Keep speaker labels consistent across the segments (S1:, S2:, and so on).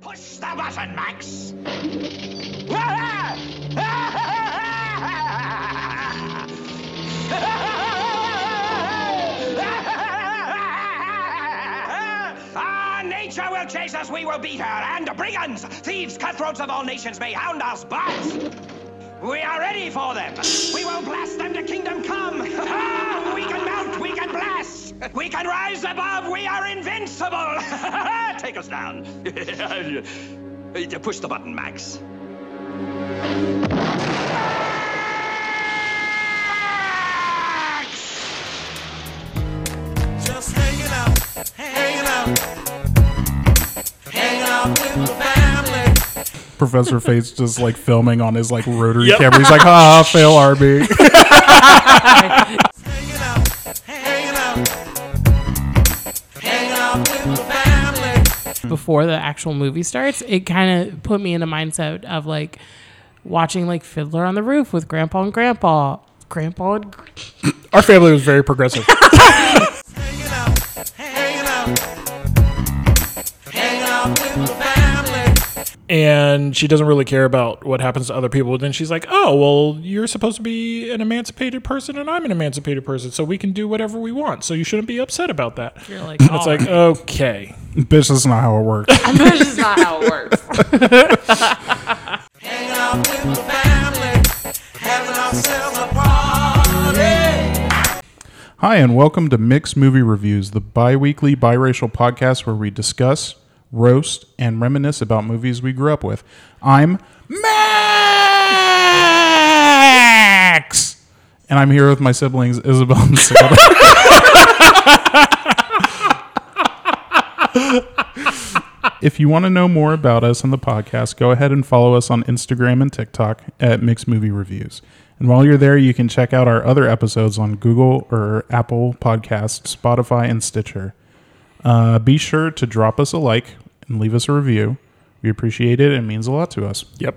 S1: Push the button, Max. Ah, Nature will chase us, we will beat her, and brigands, thieves, cutthroats of all nations may hound us, but we are ready for them. We will blast them to kingdom come. Ah, we can mount, we can blast, we can rise above, we are invincible. Take us down. Push the button, Max.
S2: Just hanging out, hanging out, hanging out with the family.
S3: Professor Fate's just like filming on his like rotary
S4: Yep.
S3: camera. He's like, ah, fail RB.
S2: Hanging out, hanging out, hanging out with the family.
S5: before the actual movie starts, it kind of put me in a mindset of like watching like Fiddler on the Roof with Grandpa and Grandpa. Grandpa and gr-
S3: Our family was very progressive.
S2: Hanging out, hanging out, hanging out with the family.
S4: and she doesn't really care about what happens to other people. Then she's like, "Oh, well, you're supposed to be an emancipated person, and I'm an emancipated person, so we can do whatever we want. So you shouldn't be upset about that."
S5: you're like, oh, "All
S4: It's like,
S5: right."
S4: okay,
S3: Bitch, that's not how it works.
S5: that's just not how it works.
S2: Hanging out with the family, having ourselves a party.
S3: Hi, and welcome to Mixed Movie Reviews, the bi weekly biracial podcast where we discuss, roast, and reminisce about movies we grew up with. I'm Max! And I'm here with my siblings, Isabel and Sarah. If you want to know more about us and the podcast, go ahead and follow us on Instagram and TikTok at Mixed Movie Reviews. And while you're there, you can check out our other episodes on Google or Apple Podcasts, Spotify, and Stitcher. Uh, be sure to drop us a like and leave us a review. We appreciate it. It means a lot to us.
S4: yep,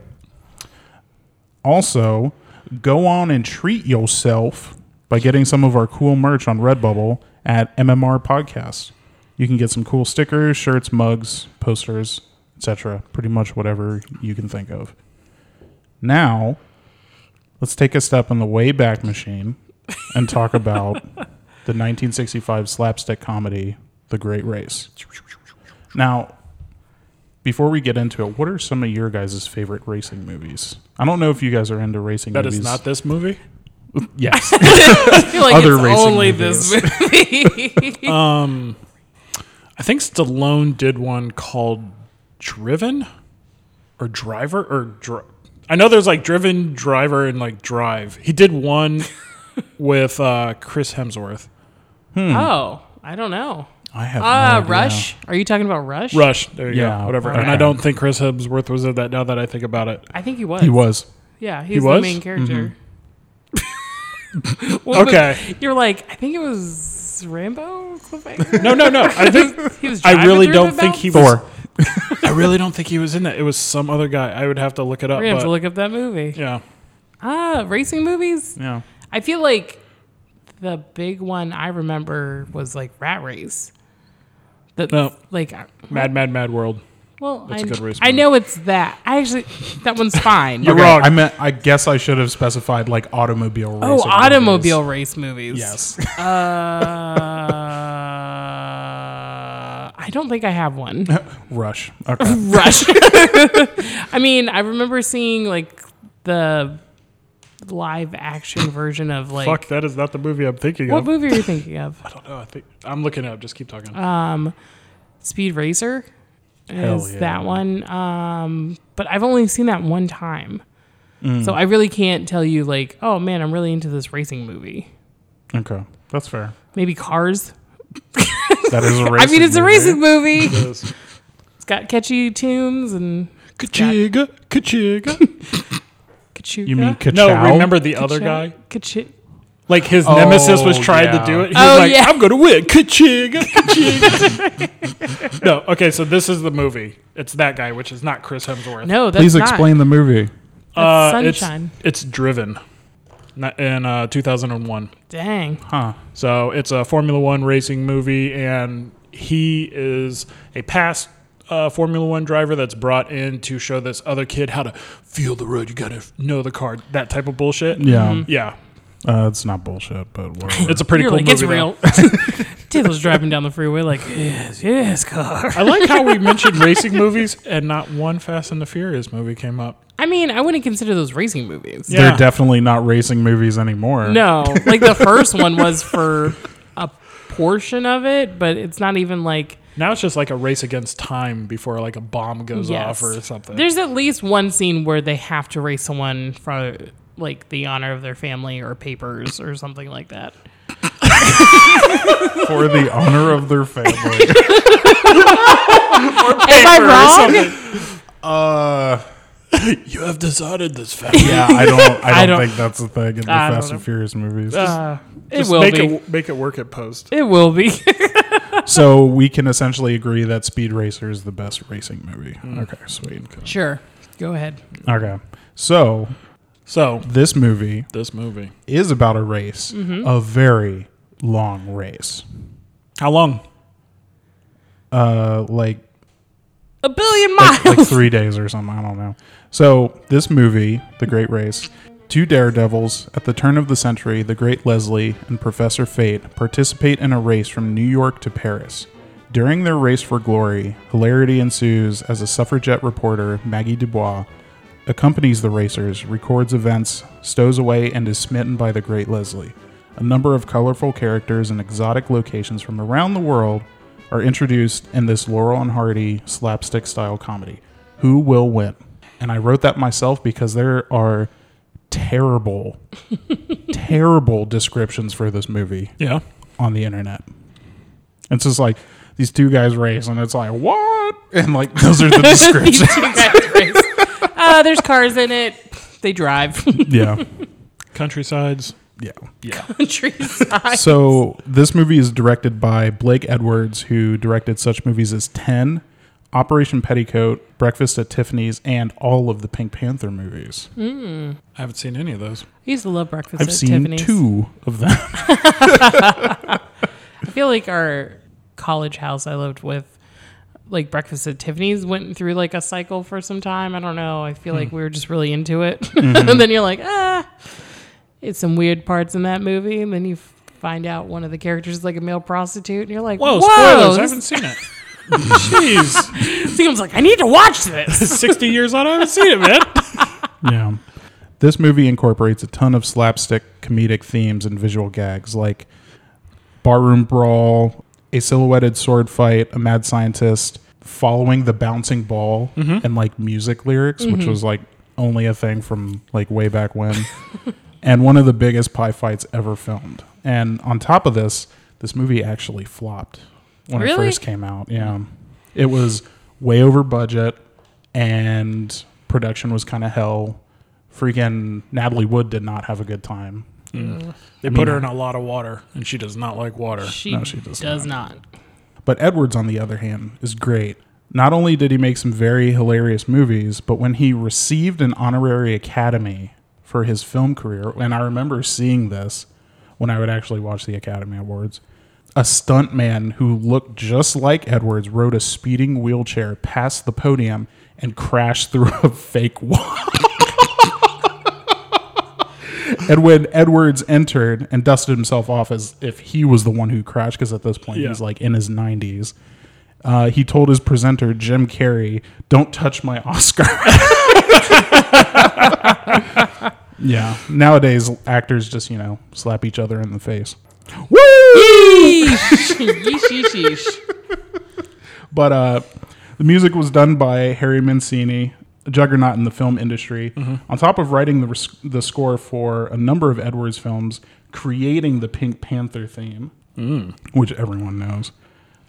S3: Also, go on and treat yourself by getting some of our cool merch on Redbubble at MMR Podcast. You can get some cool stickers, shirts, mugs, posters, etc. Pretty much whatever you can think of. Now, let's take a step in the Wayback Machine and talk about the 1965 slapstick comedy, The Great Race. Now, before we get into it, what are some of your guys' favorite racing movies? I don't know if you guys are into racing
S4: that
S3: movies.
S4: is not this movie.
S3: Yes.
S5: I feel like
S3: Other
S5: it's
S3: racing
S5: only
S3: movies.
S5: this movie.
S4: I think Stallone did one called Driven or Driver or Dr- I know there's like Driven, Driver, and like Drive. He did one with uh, Chris Hemsworth. Hmm.
S5: oh, I don't know.
S3: I have no
S5: Uh,
S3: idea.
S5: Rush? Are you talking about Rush?
S4: Rush. There you
S3: Yeah,
S4: go. Whatever.
S3: okay.
S4: And I don't think Chris Hemsworth was in that. Now that I think about it,
S5: I think he was.
S3: He was.
S5: Yeah, he's
S4: was? Mm-hmm.
S5: the main character. Well, but
S4: Okay.
S5: You're like, I think it was Rambo? Cliffhanger?
S4: no, no, no. I think
S5: He was
S4: I
S5: driving
S4: really
S5: through
S4: don't
S5: the
S4: think he
S5: mountains?
S4: was. I really don't think he was in that. It was some other guy. I would have to look it up.
S5: We're going to have
S4: but-
S5: to look up that movie.
S4: yeah,
S5: Ah, racing movies?
S3: Yeah.
S5: I feel like the big one I remember was like Rat Race. The,
S4: No.
S5: Like, I-
S4: Mad, Mad, Mad World.
S5: well, I,
S4: Oh. a good race
S5: I
S4: movie.
S5: know it's that. I actually, that one's fine.
S4: You're wrong.
S3: I meant. I guess I should have specified like automobile. Racing
S5: oh,
S3: movies.
S5: automobile race movies.
S3: Yes.
S5: Uh, I don't think I have one.
S3: Rush. Okay.
S5: Rush. I mean, I remember seeing like the live action version of like.
S4: Fuck, that is not the movie I'm thinking
S5: What
S4: of.
S5: movie are you thinking of?
S4: I don't know. I think I'm looking it up. Just keep talking.
S5: Uh, Speed Racer is
S3: yeah.
S5: that one. Um, but I've only seen that one time.
S4: Mm.
S5: So I really can't tell you like, oh man, I'm really into this racing movie.
S3: okay. That's fair.
S5: Maybe Cars.
S3: That is a
S5: I
S3: racing.
S5: mean, it's a
S3: movie.
S5: racing movie.
S4: It is.
S5: it's got catchy tunes and
S4: Kachiga, kachiga.
S5: kachuka.
S3: You mean
S4: No,
S3: Kachow?
S4: remember the other guy?
S5: Kachi-
S4: Like his nemesis was
S3: Oh,
S4: trying
S3: yeah.
S4: to do it. He
S5: Oh,
S4: was like,
S5: yeah.
S4: I'm gonna win. Kachiga, kachiga. no, okay, so this is the movie. It's that guy, which is not Chris Hemsworth.
S5: No, that's
S3: Please
S5: not.
S3: explain the movie.
S4: Uh,
S5: That's
S4: it's-
S5: Sunshine.
S4: It's, driven not- in uh, 2001.
S5: Dang.
S3: Huh.
S4: So it's a Formula One racing movie, and he is a past uh, Formula One driver that's brought in to show this other kid how to feel the road. You got to know the car. That type of bullshit.
S5: Mm-hmm.
S3: Yeah,
S4: Yeah.
S3: uh, it's not bullshit, but whatever.
S4: It's a pretty
S5: You're
S4: cool
S5: like,
S4: movie.
S5: it's
S4: though.
S5: real. Taylor's driving down the freeway like, yes, yes, car.
S4: I like how we mentioned racing movies and not one Fast and the Furious movie came up.
S5: I mean, I wouldn't consider those racing movies.
S4: Yeah.
S3: They're definitely not racing movies anymore.
S5: No, like the first one was for a portion of it, but it's not even like
S4: Now it's just like a race against time before like a bomb goes
S5: yes.
S4: off or something.
S5: There's at least one scene where they have to race someone for like the honor of their family or papers or something like that.
S3: for the honor of their family.
S5: Am I wrong?
S3: uh,
S4: you have dishonored this family.
S3: yeah, I don't. I don't,
S5: I don't-
S3: think that's a thing in the
S5: I don't
S3: Fast
S5: know.
S3: and Furious movies.
S5: Uh, it
S4: Just
S5: will
S4: make
S5: be.
S4: it make it work at post.
S5: It will be.
S3: so we can essentially agree that Speed Racer is the best racing movie.
S5: Mm.
S3: Okay, sweet.
S5: sure. Go ahead.
S3: Okay, so
S4: So
S3: this movie
S4: this movie.
S3: is about a race, a very long race,
S4: How long?
S3: uh, like
S5: A billion miles.
S3: like three days or something. I don't know. So this movie, The Great Race, two daredevils at the turn of the century, the Great Leslie and Professor Fate participate in a race from New York to Paris. During their race for glory, hilarity ensues as a suffragette reporter, Maggie Dubois, accompanies the racers, records events, stows away, and is smitten by the Great Leslie. A number of colorful characters and exotic locations from around the world are introduced in this Laurel and Hardy slapstick style comedy. Who will win? And I wrote that myself because there are terrible, terrible descriptions for this movie
S4: Yeah.
S3: on the internet. It's just like these two guys race, and it's like, what? And like, those are the
S5: These
S3: descriptions.
S5: two guys race. Uh, there's cars in it. They drive
S3: yeah.
S4: Countrysides.
S3: Yeah.
S4: Yeah.
S5: countryside.
S3: So this movie is directed by Blake Edwards, who directed such movies as Ten, Operation Petticoat, Breakfast at Tiffany's, and all of the Pink Panther movies.
S4: I haven't seen any of those.
S5: I used to love breakfast
S3: I've
S5: at
S3: seen
S5: Tiffany's.
S3: two of them.
S5: I feel like our college house I lived with, like breakfast at Tiffany's, went through like a cycle for some time. I don't know. I feel like we were just really into it, and then you're like, ah, it's some weird parts in that movie, and then you f- find out one of the characters is like a male prostitute, and you're like,
S4: Whoa,
S5: whoa,
S4: spoilers. I
S5: this
S4: haven't seen it. Jeez.
S5: seems like I need to watch this.
S4: 60 years on, I haven't seen it, man.
S3: yeah. This movie incorporates a ton of slapstick comedic themes and visual gags like barroom brawl, a silhouetted sword fight, a mad scientist following the bouncing ball and like music lyrics, which was like only a thing from like way back when. and one of the biggest pie fights ever filmed. And on top of this, this movie actually flopped when it
S5: Really?
S3: first came out. Yeah. It was way over budget and production was kind of hell. Freaking Natalie Wood did not have a good time.
S4: They put her in a lot of water, and she does not like water.
S5: She,
S3: No, she does
S5: does, not.
S3: But Edwards, on the other hand, is great. Not only did he make some very hilarious movies, but when he received an honorary Academy for his film career, and I remember seeing this when I would actually watch the Academy Awards, a stuntman who looked just like Edwards rode a speeding wheelchair past the podium and crashed through a fake wall. and when Edwards entered and dusted himself off as if he was the one who crashed, because at this point
S4: Yeah.
S3: he's like in his 90s, uh, he told his presenter, Jim Carrey, don't touch my Oscar. yeah. Nowadays, actors just, you know, slap each other in the face.
S5: Yeesh, yeesh, yeesh.
S3: But uh, the music was done by Harry Mancini, a juggernaut in the film industry. On top of writing the, res- the score for a number of Edwards films, creating the Pink Panther theme, which everyone knows.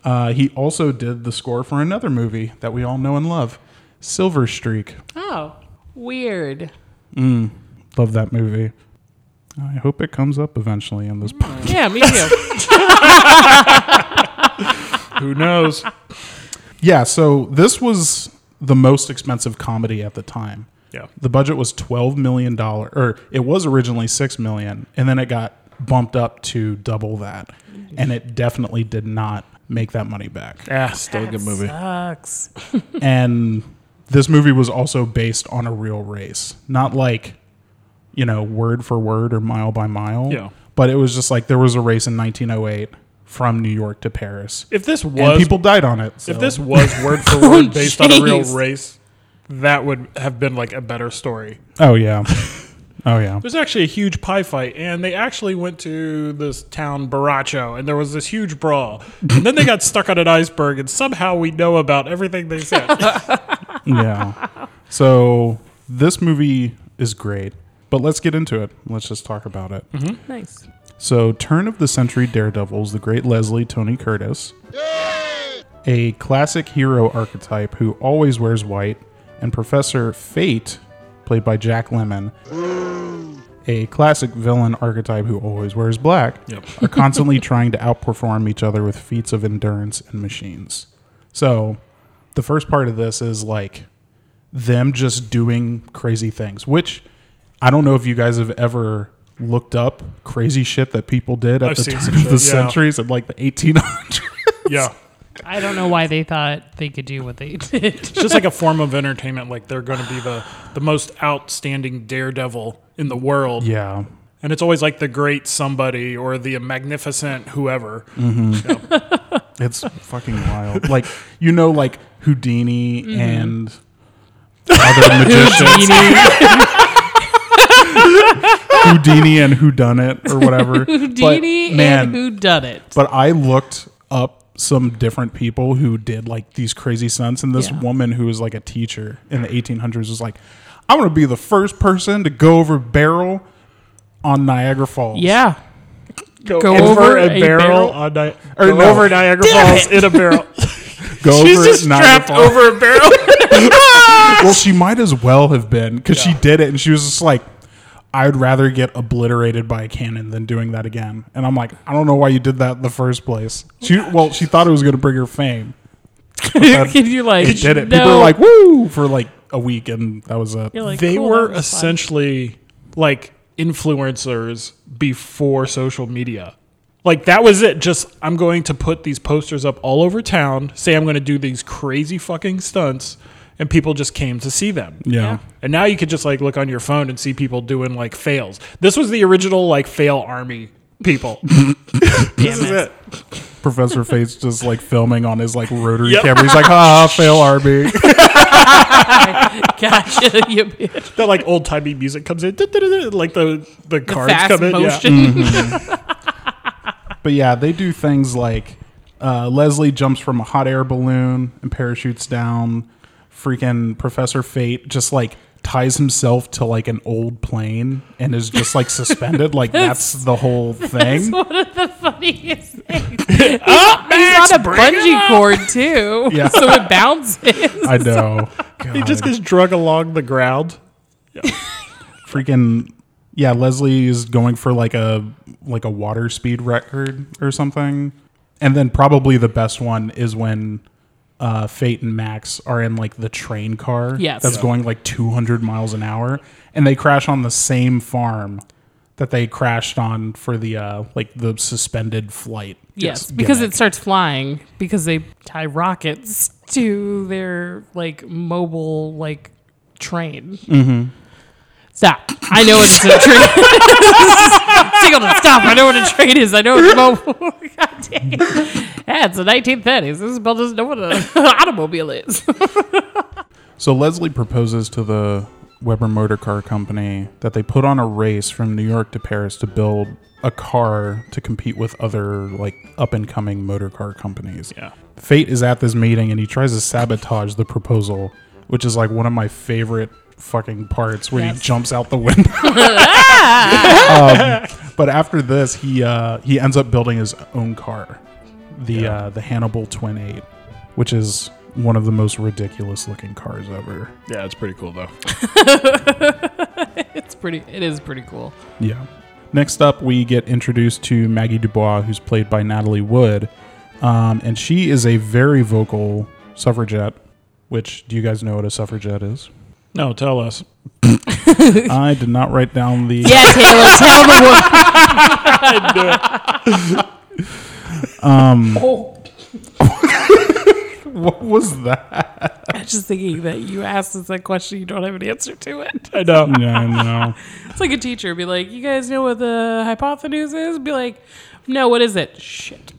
S3: Uh, he also did the score for another movie that we all know and love, Silver Streak.
S5: Oh, weird.
S3: Love that movie. I hope it comes up eventually in this podcast.
S5: Yeah, me too.
S4: Who knows?
S3: Yeah, so this was the most expensive comedy at the time.
S4: Yeah.
S3: The budget was twelve million dollar, or it was originally six million, and then it got bumped up to double that, and it definitely did not make that money back.
S4: Ah, still a good movie.
S5: Sucks.
S3: And this movie was also based on a real race, not like, you know, word for word or mile by mile.
S4: Yeah.
S3: But it was just like there was a race in 1908 from New York to Paris,
S4: If this was
S3: and people died on it. so-
S4: if this was word for word based on a real
S5: Oh, jeez.
S4: race, that would have been like a better story.
S3: oh yeah, oh yeah,
S4: There's actually a huge pie fight, and they actually went to this town, Baracho, and there was this huge brawl. And then they got stuck on an iceberg, and somehow we know about everything they said.
S3: yeah. So this movie is great, but let's get into it. Let's just talk about it.
S5: Nice.
S3: So, turn of the century daredevils, the great Leslie Tony Curtis, a classic hero archetype who always wears white, and Professor Fate, played by Jack Lemmon, a classic villain archetype who always wears black, are constantly trying to outperform each other with feats of endurance and machines. So, the first part of this is like them just doing crazy things, which I don't know if you guys have ever looked up crazy shit that people did at
S4: I've
S3: the
S4: seen
S3: turn
S4: some
S3: of the
S4: shit, yeah.
S3: centuries in like the 1800s.
S4: yeah.
S5: I don't know why they thought they could do what they did.
S4: It's just like a form of entertainment. Like they're going to be the, the most outstanding daredevil in the world.
S3: Yeah.
S4: And it's always like the great somebody or the magnificent whoever.
S3: It's fucking wild. Like, you know, like Houdini
S4: Mm-hmm.
S3: and other magicians. Houdini and Who Done It or whatever.
S5: Houdini
S3: but, man,
S5: and who done it?
S3: But I looked up some different people who did like these crazy stunts, and this
S5: Yeah.
S3: woman who was like a teacher in the 1800s was like, "I'm gonna be the first person to go over a barrel on Niagara Falls."
S5: yeah. Go,
S4: over a, barrel, on Ni-
S3: Or
S4: or
S3: no.
S4: over Niagara Falls in a barrel.
S3: go
S4: She's
S3: over
S4: just
S3: Niagara
S4: strapped
S3: Falls.
S4: over a barrel.
S3: Well, she might as well have been because she did it, and she was just like. I'd rather get obliterated by a cannon than doing that again. And I'm like, I don't know why you did that in the first place. She, well, she thought it was going to bring her fame.
S5: Could you like?
S3: It did it.
S5: No.
S3: People were like, "Woo!" for like a week, and that was it.
S5: You're like,
S4: they
S5: cool,
S4: were
S5: that was fun.
S4: essentially like influencers before social media. Like that was it. Just I'm going to put these posters up all over town, say I'm going to do these crazy fucking stunts, and people just came to see them.
S3: Yeah.
S4: And now you could just like look on your phone and see people doing like fails. This was the original like fail army people. this is it.
S3: Professor Fate's just like filming on his like rotary
S4: Yep.
S3: camera. He's like, ah, fail RB.
S5: Gotcha. you bitch.
S4: That like old timey music comes in, like the the cards
S5: Fast
S4: come in. Yeah.
S5: motion.
S3: Mm-hmm. but yeah, they do things like uh, Leslie jumps from a hot air balloon and parachutes down. Freaking Professor Fate just like ties himself to like an old plane and is just like suspended. like that's the whole thing.
S5: funniest thing. He's on a bungee cord too,
S3: Yeah.
S5: so it bounces.
S3: I know.
S4: He just
S3: God.
S4: gets drug along the ground.
S3: freaking yeah leslie is going for like a like a water speed record or something and then probably the best one is when uh, Fate and Max are in like the train car
S5: Yes.
S3: that's
S5: Yeah.
S3: going like 200 miles an hour, and they crash on the same farm that they crashed on for the uh, like the suspended flight.
S5: Yes, because
S3: gimmick.
S5: it starts flying because they tie rockets to their like mobile like train. Mm-hmm. Stop! I know it's a train. Singleton, stop! I know what a train is. I know it's mobile. God dang it! Yeah, it's the 1930s. This is about doesn't know what an automobile is.
S3: So Leslie proposes to the Weber Motor Car Company that they put on a race from New York to Paris to build a car to compete with other like up and coming motor car companies.
S4: Yeah.
S3: Fate is at this meeting and he tries to sabotage the proposal, which is like one of my favorite fucking parts where he
S5: Yes.
S3: jumps out the window. um, but after this, he uh, he ends up building his own car, the uh, the Hannibal Twin Eight, which is one of the most ridiculous looking cars ever.
S4: Yeah, it's pretty cool though.
S5: it's pretty. It is pretty cool.
S3: Yeah. Next up, we get introduced to Maggie Dubois, who's played by Natalie Wood. Um, and she is a very vocal suffragette, which do you guys know what a suffragette is?
S4: No, tell us.
S3: I did not write down the.
S5: Yeah, Taylor, tell the Um, Oh. woman.
S3: What was that?
S5: I'm just thinking that you asked us that question, you don't have an answer to it.
S4: I know.
S3: Yeah, I know.
S5: It's like a teacher be like, "You guys know what the hypotenuse is?" Be like, "No, what is it?" Shit.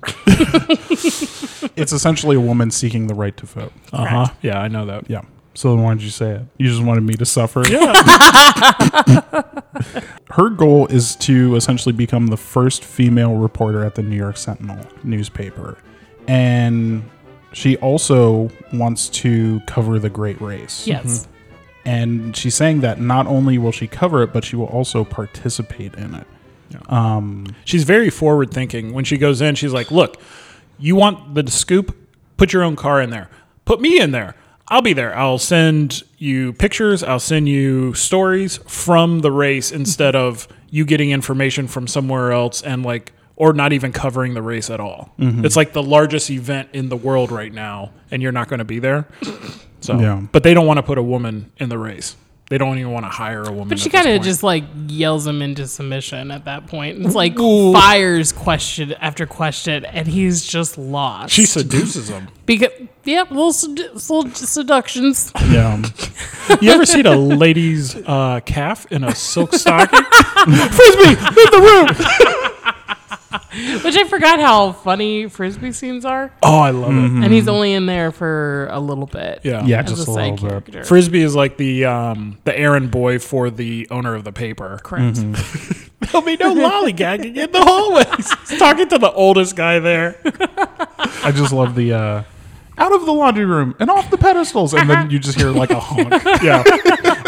S3: It's essentially a woman seeking the right to vote.
S4: Uh huh. Yeah, I know that.
S3: Yeah. So then why did you say it? You just wanted me to suffer. Her goal is to essentially become the first female reporter at the New York Sentinel newspaper. And she also wants to cover the Great Race.
S5: Yes.
S3: And she's saying that not only will she cover it, but she will also participate in it.
S4: She's very forward thinking. When she goes in, she's like, "Look, you want the scoop? Put your own car in there. Put me in there. I'll be there. I'll send you pictures. I'll send you stories from the race instead of you getting information from somewhere else and like or not even covering the race at all. It's like the largest event in the world right now and you're not going to be there." So,
S3: Yeah.
S4: but they don't want to put a woman in the race. They don't even want to hire a woman.
S5: But she
S4: at this
S5: kind of
S4: point.
S5: just like yells him into submission at that point. It's like fires question after question, and he's just lost.
S4: she seduces him.
S5: because yeah, little, sedu- little seductions.
S3: Yeah.
S4: You ever seen a lady's uh, calf in a silk stocking? Frisbee, leave the room.
S5: Which I forgot how funny frisbee scenes are,
S4: Oh, I love it.
S5: and he's only in there for a little bit.
S4: Yeah.
S3: Yeah,
S5: as
S3: just a
S5: Um. a side
S3: little bit.
S5: character.
S4: Frisbee is like the um, the errand boy for the owner of the paper.
S5: Correct.
S4: There'll be no lollygagging in the hallways. He's talking to the oldest guy there.
S3: I just love the uh, out of the laundry room and off the pedestals, and then you just hear like a honk.
S4: Yeah.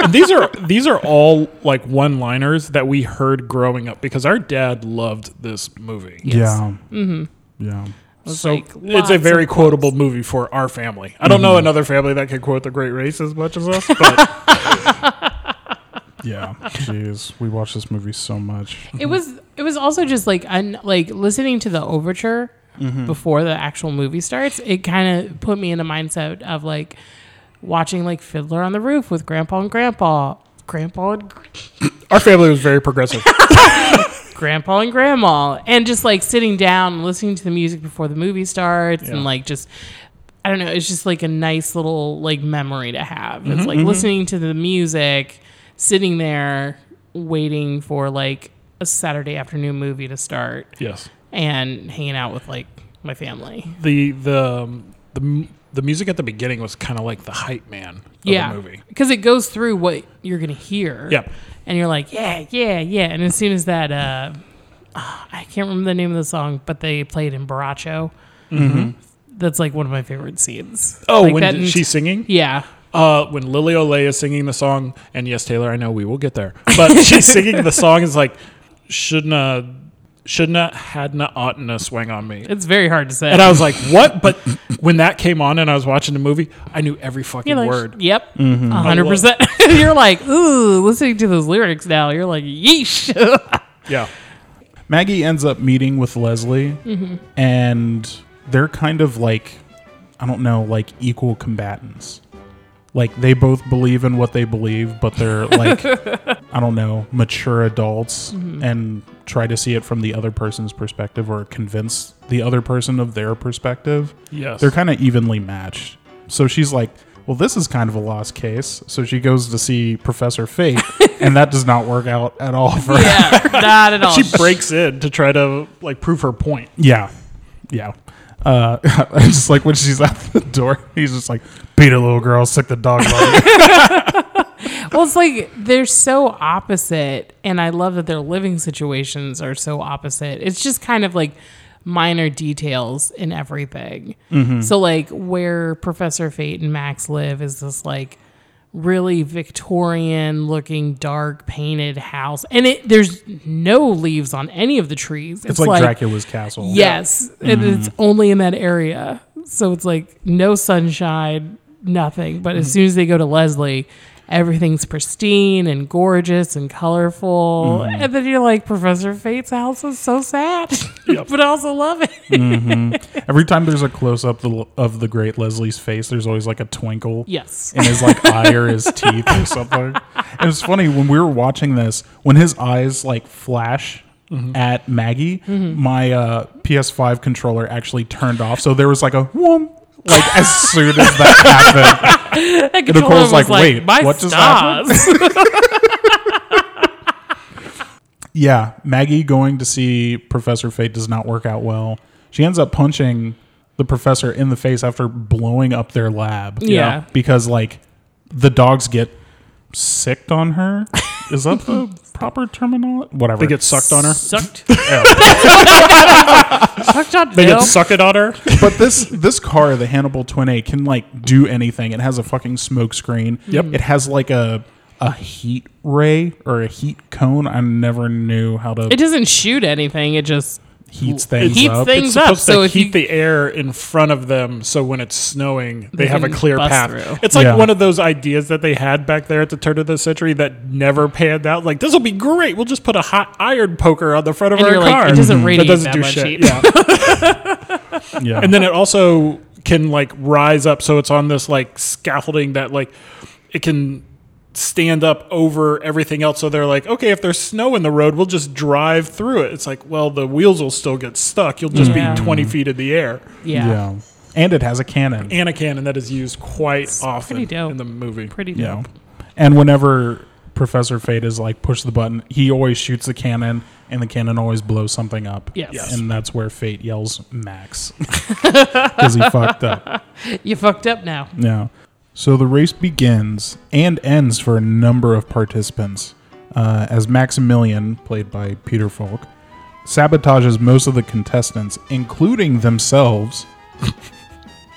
S4: And these are these are all like one liners that we heard growing up because our dad loved this movie.
S3: Yeah. Mm-hmm. Yeah.
S4: So
S5: like
S4: it's
S5: lots
S4: a
S5: of
S4: very quotable movie for our family. I don't know another family that can quote The Great Race as much as us, but
S3: Yeah. Jeez, we watched this movie so much.
S5: It was it was also just like un, like listening to the overture before the actual movie starts. It kind of put me in a mindset of like watching like Fiddler on the Roof with Grandpa and Grandpa, Grandpa and gr-
S4: our family was very progressive.
S5: Grandpa and Grandma, and just like sitting down and listening to the music before the movie starts,
S4: Yeah.
S5: and like just. I don't know. It's just like a nice little like memory to have. It's like listening to the music, sitting there waiting for like a Saturday afternoon movie to start.
S4: yes.
S5: and hanging out with like my family.
S4: The the um, the m- the music at the beginning was kind of like the hype man of
S5: yeah,
S4: the movie.
S5: because it goes through what you're gonna hear.
S4: Yep.
S5: and you're like, yeah, yeah, yeah. And as soon as that, uh, ah, I can't remember the name of the song, but they played in Baracho. That's like one of my favorite scenes.
S4: Mm-hmm. Oh,
S5: Like
S4: when
S5: that
S4: d-
S5: int-
S4: she's singing?
S5: yeah,
S4: Uh, when Lily Olay is singing the song, and yes, Taylor, I know we will get there, but she's singing the song is like, shouldna, shouldna, hadna, oughtna swing on me.
S5: it's very hard to say.
S4: And I was like, what? But when that came on and I was watching the movie, I knew every fucking
S5: you're like,
S4: word. Mm-hmm.
S5: Yep, a hundred percent. You're like, ooh, listening to those lyrics now. You're like, yeesh.
S4: Yeah.
S3: Maggie ends up meeting with Leslie, and they're kind of like, I don't know, like equal combatants. Like they both believe in what they believe, but they're like, I don't know, mature adults and try to see it from the other person's perspective or convince the other person of their perspective.
S4: Yes.
S3: they're kind of evenly matched. So she's like, well, this is kind of a lost case. So she goes to see Professor Fate, and that does not work out at all for her.
S5: yeah, not at all.
S4: she breaks in to try to like prove her point.
S3: Yeah. Yeah. Uh, I just like when she's at the door, he's just like, beat a little girl, sick the dog. Body.
S5: Well, it's like they're so opposite, and I love that their living situations are so opposite. It's just kind of like minor details in everything.
S3: Mm-hmm.
S5: So, like, where Professor Fate and Max live is this like really Victorian looking, dark painted house, and it there's no leaves on any of the trees.
S3: it's like, Dracula's castle.
S5: Yes, and it's only in that area. So it's like no sunshine, nothing. But as soon as they go to Leslie, everything's pristine and gorgeous and colorful. And then you're like, Professor Fate's house is so sad, but I also love it.
S3: Every time there's a close up of the great Leslie's face, there's always like a twinkle.
S5: yes.
S3: in his like eye or his teeth or something. It was funny when we were watching this when his eyes like flash at Maggie. My uh, PS5 controller actually turned off, so there was like a whoom Like as soon as that happened,
S5: That controller
S3: Nicole's
S5: was
S3: like,
S5: like,
S3: "Wait,
S5: my
S3: what just
S5: stars.
S3: happened?" yeah, Maggie going to see Professor Fate does not work out well. She ends up punching the professor in the face after blowing up their lab.
S5: Yeah.
S3: because like the dogs get sicked on her. Is that the proper terminology? Whatever.
S4: They get sucked on her.
S5: Sucked. Sucked on
S4: They
S5: Bill.
S4: get sucked on her.
S3: but this this car, the Hannibal Twin A, can like do anything. It has a fucking smoke screen.
S4: Yep.
S3: It has like a a heat ray or a heat cone. I never knew how to
S5: It doesn't shoot anything. It just
S3: heats things
S5: heats
S3: up.
S5: things-
S4: It's
S5: up,
S4: supposed
S5: so
S4: to
S5: if
S4: heat
S5: you-
S4: the air in front of them, so when it's snowing, they,
S5: They
S4: have a
S5: can
S4: clear
S5: bust
S4: path.
S5: through.
S4: It's like
S3: Yeah.
S4: one of those ideas that they had back there at the turn of the century that never panned out. Like this will be great. We'll just put a hot iron poker on the front of
S5: And
S4: our
S5: you're like,
S4: car.
S5: it doesn't radiate that
S4: doesn't do
S5: much
S4: shit.
S5: heat.
S4: Yeah.
S3: yeah.
S4: and then it also can like rise up, so it's on this like scaffolding that like it can stand up over everything else. So they're like, okay, if there's snow in the road, we'll just drive through it. It's like, well, the wheels will still get stuck. You'll just
S5: Yeah.
S4: be twenty feet in the air.
S5: yeah,
S3: yeah. And it has a cannon.
S4: and a cannon that is used quite often
S5: pretty dope.
S4: in the movie.
S5: pretty dope.
S3: yeah. And whenever Professor Fate is like push the button, he always shoots the cannon and the cannon always blows something up.
S5: Yes. Yes.
S3: And that's where Fate yells Max. Because he fucked up.
S5: You fucked up now.
S3: Yeah. So the race begins and ends for a number of participants uh, as Maximilian, played by Peter Falk, sabotages most of the contestants, including themselves.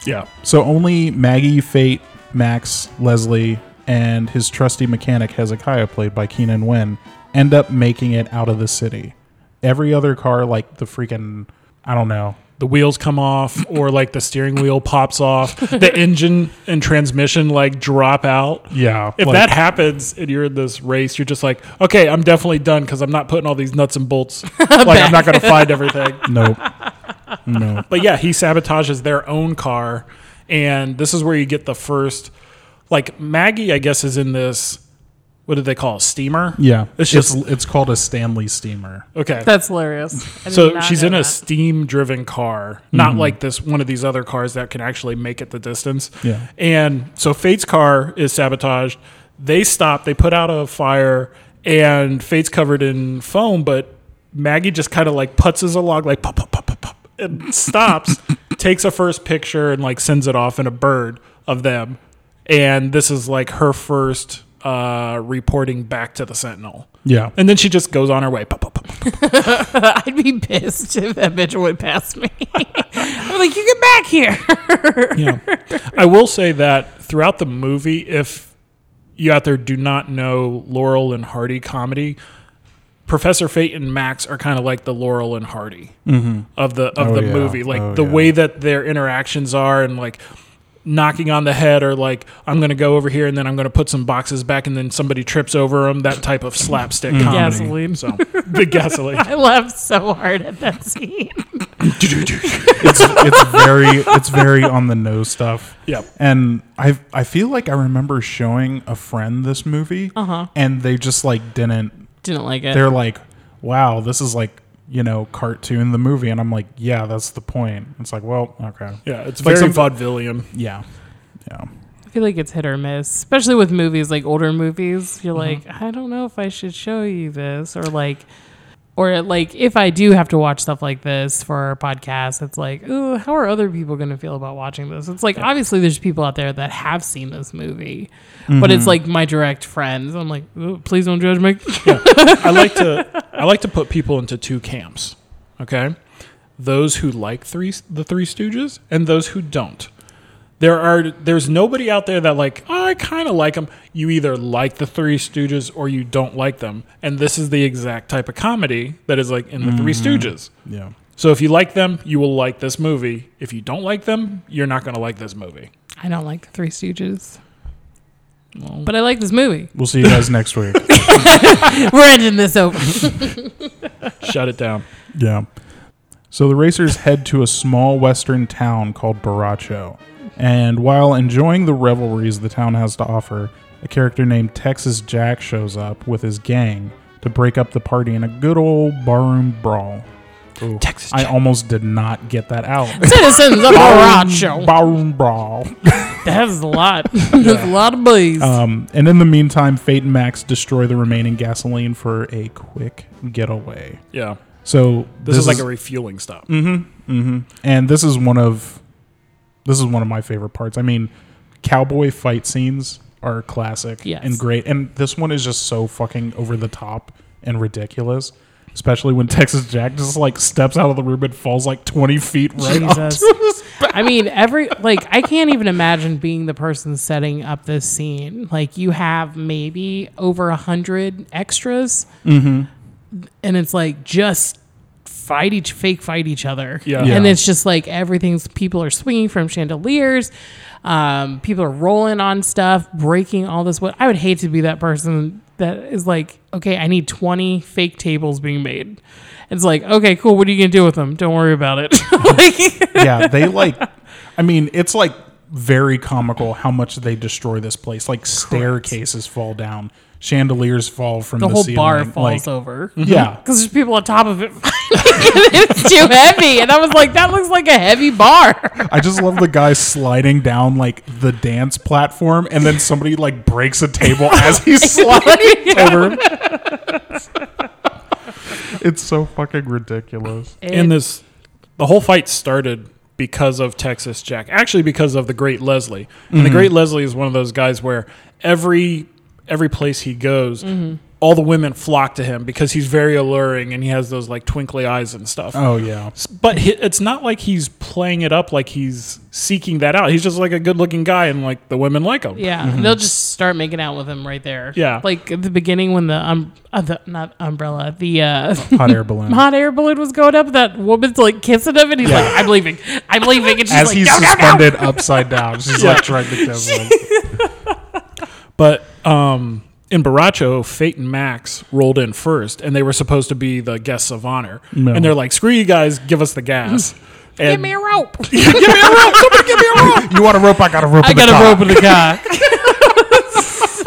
S4: Yeah.
S3: So only Maggie, Fate, Max, Leslie, and his trusty mechanic Hezekiah, played by Keenan Wynn, end up making it out of the city. Every other car, like the freaking, I don't know,
S4: The wheels come off or like the steering wheel pops off. The engine and transmission like drop out.
S3: yeah,
S4: If
S3: like-
S4: that happens and you're in this race, you're just like, okay, I'm definitely done because I'm not putting all these nuts and bolts. like I'm not going to find everything.
S3: nope, nope,
S4: But yeah, he sabotages their own car, and this is where you get the first. Like Maggie, I guess, is in this. What did they call it? steamer?
S3: yeah.
S4: it's
S3: It's
S4: just
S3: it's, called a Stanley steamer.
S4: okay.
S5: That's hilarious. I did
S4: So
S5: not
S4: she's
S5: know
S4: in a
S5: that.
S4: steam driven car, not like this one of these other cars that can actually make it the distance.
S3: Yeah.
S4: And so Fate's car is sabotaged. They stop, they put out a fire, and Fate's covered in foam, but Maggie just kind of like putzes along, like pop, pop, pop, pop, pop, and stops, takes a first picture, and like sends it off in a bird of them. And this is like her first uh, reporting back to the Sentinel.
S3: Yeah,
S4: And then she just goes on her way. Pop, pop, pop, pop.
S5: I'd be pissed if that bitch went past me. I'm like, you get back here.
S4: Yeah. I will say that throughout the movie, if you out there do not know Laurel and Hardy comedy, Professor Fate and Max are kind of like the Laurel and Hardy of the of
S3: Oh,
S4: the
S3: yeah.
S4: movie. Like
S3: Oh,
S4: the
S3: yeah.
S4: way that their interactions are and like knocking on the head or like I'm going to go over here and then I'm going to put some boxes back and then somebody trips over them, that type of slapstick
S3: Mm-hmm.
S4: comedy.
S5: Gasoline.
S4: So, big gasoline.
S5: I laughed so hard at that scene.
S3: it's it's very it's very on the nose stuff.
S4: Yep.
S3: And I I feel like I remember showing a friend this movie,
S4: Uh-huh.
S3: and they just like didn't.
S5: Didn't like it.
S3: They're like, "Wow, this is like you know cartoon the movie," and I'm like, "Yeah, that's the point." It's like, well, okay,
S4: Yeah, it's
S3: Like
S4: very
S3: some-
S4: vaudevillian.
S3: yeah, yeah,
S5: I feel like it's hit or miss, especially with movies like older movies. You're like, I don't know if I should show you this, or like, or like if I do have to watch stuff like this for our podcast, it's like, ooh, how are other people going to feel about watching this? It's like obviously there's people out there that have seen this movie, but it's like my direct friends. I'm like, ooh, please don't judge me.
S4: I like to I like to put people into two camps. Okay? Those who like three the Three Stooges and those who don't. There are there's nobody out there that like, "Oh, I kind of like them. You either like the Three Stooges or you don't like them. And this is the exact type of comedy that is like in the Three Stooges.
S3: yeah,
S4: So if you like them, you will like this movie. If you don't like them, you're not going to like this movie.
S5: I don't like the Three Stooges. But I like this movie.
S3: We'll see you guys next week.
S5: We're ending this over.
S4: Shut it down.
S3: Yeah. So the racers head to a small western town called Baracho. And while enjoying the revelries the town has to offer, a character named Texas Jack shows up with his gang to break up the party in a good old barroom brawl.
S4: Texas
S3: I
S4: Jack-
S3: almost did not get that out.
S5: Citizens of Aracho.
S3: Bow, bow.
S5: That's a lot. That's a lot of bees.
S3: Um, and in the meantime, Fate and Max destroy the remaining gasoline for a quick getaway.
S4: yeah.
S3: So
S4: This, is Mm-hmm. like a refueling stop.
S3: and this is one of this is one of my favorite parts. I mean, cowboy fight scenes are classic
S5: Yes.
S3: and great, and this one is just so fucking over the top and ridiculous. Especially when Texas Jack just like steps out of the room and falls like twenty feet right
S4: Oh,
S5: Jesus.
S3: onto his back.
S5: I mean, every like I can't even imagine being the person setting up this scene. Like you have maybe over a hundred extras, and it's like just fight each fake fight each other.
S4: Yeah.
S3: Yeah.
S5: and it's just like everything's people are swinging from chandeliers, um, people are rolling on stuff, breaking all this. What I would hate to be that person that is like, okay, I need twenty fake tables being made. It's like, okay, cool. What are you gonna do with them? Don't worry about it. like,
S3: yeah, they like. I mean, it's like very comical how much they destroy this place. Like staircases fall down, chandeliers fall from the,
S5: the whole
S3: ceiling.
S5: bar falls
S3: like,
S5: over
S3: Yeah,
S5: because there's people on top of it. it's too heavy, and I was like, that looks like a heavy bar.
S3: I just love the guy sliding down like the dance platform, and then somebody like breaks a table as he slides over. him. it's so fucking ridiculous.
S4: And this, the whole fight started because of Texas Jack. Actually, because of the Great Leslie. And the Great Leslie is one of those guys where every every place he goes, all the women flock to him because he's very alluring and he has those like twinkly eyes and stuff.
S3: Oh yeah,
S4: But he, it's not like he's playing it up like he's seeking that out. He's just like a good-looking guy and like the women like him.
S5: yeah,
S3: Mm-hmm.
S5: they'll just start making out with him right there.
S4: Yeah.
S5: like at the beginning when the um, uh, the not umbrella, the uh,
S3: hot air balloon.
S5: hot air balloon was going up, that woman's like kissing him, and he's like, "I'm leaving, I'm leaving," and she's
S3: as
S5: like,
S3: he's
S5: "No, no, no."
S3: suspended upside down, she's like trying to kill him.
S4: But um, in Baracho, Fate and Max rolled in first, and they were supposed to be the guests of honor. And they're like, "Screw you guys, give us the gas."
S5: Give
S4: and
S5: me a rope.
S3: You want a rope? I got a rope.
S5: I
S3: in the
S5: got
S3: car.
S5: a rope in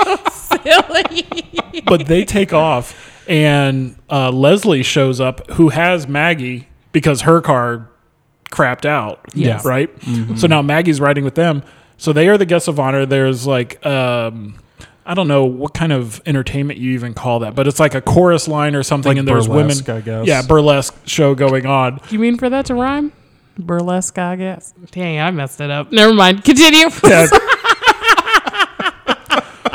S5: the car. Silly.
S4: but they take off, and uh, Leslie shows up, who has Maggie because her car crapped out.
S5: Yes.
S4: Yeah, right.
S3: Mm-hmm.
S4: So now Maggie's riding with them. So they are the guests of honor. There's like. Um, I don't know what kind of entertainment you even call that, but it's like a chorus line or something,
S3: Like
S4: and there's
S3: burlesque, I
S4: women,
S3: guess.
S4: yeah, burlesque show going on,
S5: You mean for that to rhyme? Burlesque, I guess. Dang, I messed it up. Never mind. Continue.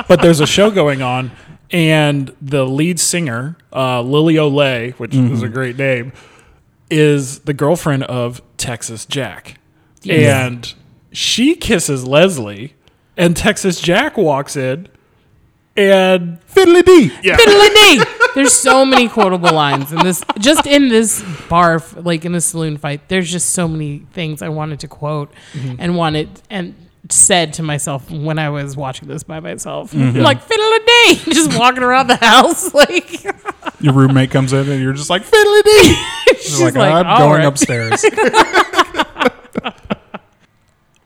S4: but there's a show going on, and the lead singer, uh, Lily Olay, which is a great name, is the girlfriend of Texas Jack. And she kisses Leslie, and Texas Jack walks in, and
S3: Fiddly dee. Yeah.
S5: Fiddly-dee. There's so many quotable lines in this, just in this bar, f- like in the saloon fight. There's just so many things I wanted to quote
S3: Mm-hmm.
S5: and wanted and said to myself when I was watching this by myself.
S3: Mm-hmm.
S5: Like fiddly-dee, just walking around the house, like
S3: Your roommate comes in, and you're just like fiddly dee.
S5: she's
S3: She's like, I'm
S5: "All
S3: going
S5: right."
S3: upstairs.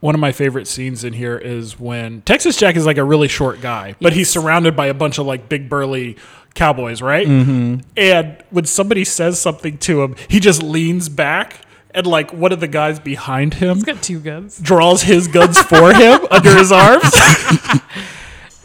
S4: one of my favorite scenes in here is when Texas Jack is like a really short guy, but he's surrounded by a bunch of like big burly cowboys, right? Mm-hmm. And when somebody says something to him, he just leans back and like one of the guys behind him
S5: He's got two guns.
S4: draws his guns for him under his arms.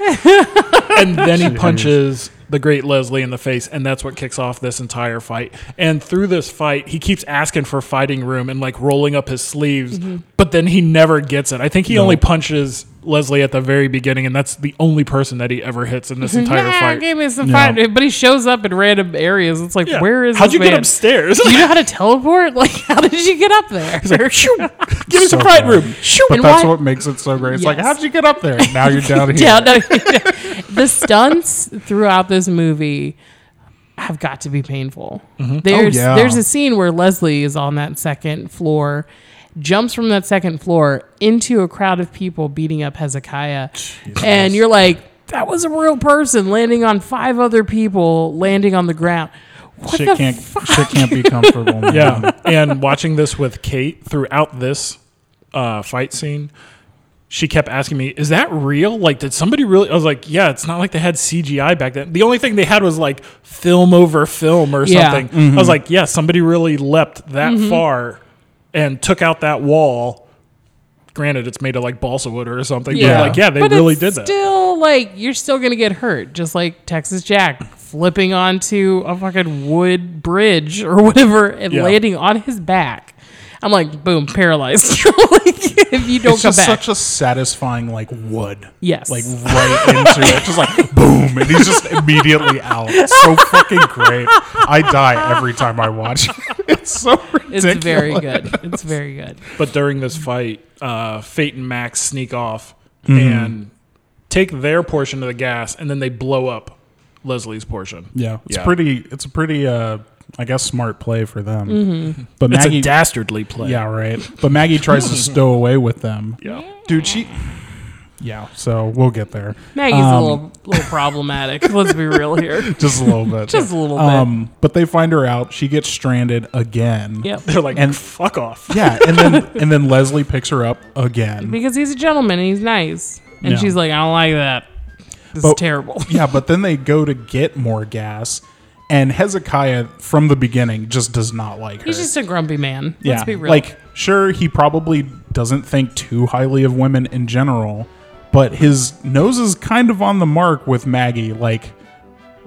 S4: and then he punches the great Leslie in the face, and that's what kicks off this entire fight. And through this fight, he keeps asking for fighting room and like rolling up his sleeves,
S3: Mm-hmm.
S4: but then he never gets it. I think he only punches Leslie at the very beginning, and that's the only person that he ever hits in this entire
S5: Yeah,
S4: fight.
S5: give me some fight. But he shows up in random areas. It's like,
S4: Yeah.
S5: where is
S4: How'd
S5: this
S4: you get
S5: man?
S4: upstairs?
S5: Do you know how to teleport? Like, how did you get up there?
S4: He's like, "Shoo, give me some
S3: So
S4: fight
S3: good.
S4: room. Shoo.
S3: But
S5: And
S3: that's
S5: why-
S3: what makes it so great. It's like,
S5: Yes.
S3: how'd you get up there? Now you're down here.
S5: Yeah, no, the stunts throughout this movie have got to be painful. There's
S3: Mm-hmm. Oh, yeah.
S5: there's a scene where Leslie is on that second floor, jumps from that second floor into a crowd of people beating up Hezekiah, and you're like, that was a real person landing on five other people landing on the ground. What
S3: shit
S5: the
S3: can't
S5: fuck?
S3: shit can't be comfortable. man.
S4: Yeah, and watching this with Kate throughout this uh, fight scene, she kept asking me, "Is that real? Like, did somebody really?" I was like, "Yeah, it's not like they had CGI back then. The only thing they had was like film over film or
S5: Yeah. Mm-hmm.
S4: something." I was like, "Yeah, somebody really leapt that far and took out that wall." Granted, it's made of like balsa wood or something,
S5: Yeah.
S4: but like, yeah, they
S5: but
S4: really
S5: it's
S4: did that.
S5: Still, like you're still gonna get hurt, just like Texas Jack flipping onto a fucking wood bridge or whatever and
S4: Yeah.
S5: landing on his back. I'm like, boom, paralyzed. like, if you don't
S3: It's
S5: come
S3: just
S5: back,
S3: such a satisfying like wood.
S5: Yes.
S3: Like right into it. Just like boom. And he's just immediately out. It's so fucking great. I die every time I watch. it. It's so ridiculous.
S5: it's very good. It's very good.
S4: But during this fight, uh, Fate and Max sneak off and take their portion of the gas, and then they blow up Leslie's portion.
S3: Yeah. It's pretty it's a pretty uh I guess smart play for them.
S5: Mm-hmm.
S3: But
S4: It's
S3: Maggie
S4: a dastardly play.
S3: Yeah, right. But Maggie tries to stow away with them.
S4: Yeah.
S3: Dude, she Yeah, so we'll get there.
S5: Maggie's a little little problematic. Let's be real here.
S3: Just a little bit.
S5: Just a little bit.
S3: Um, but they find her out. She gets stranded again.
S5: Yep.
S4: They're like,
S3: And-
S4: and fuck off.
S3: Yeah, and then and then Leslie picks her up again.
S5: Because he's a gentleman and he's nice. And
S3: Yeah.
S5: she's like, I don't like that. This
S3: But-
S5: is terrible.
S3: Yeah, but then they go to get more gas, and Hezekiah from the beginning just does not like her.
S5: He's just a grumpy man.
S3: yeah,
S5: Let's be real.
S3: like sure he probably doesn't think too highly of women in general, but his nose is kind of on the mark with Maggie. Like,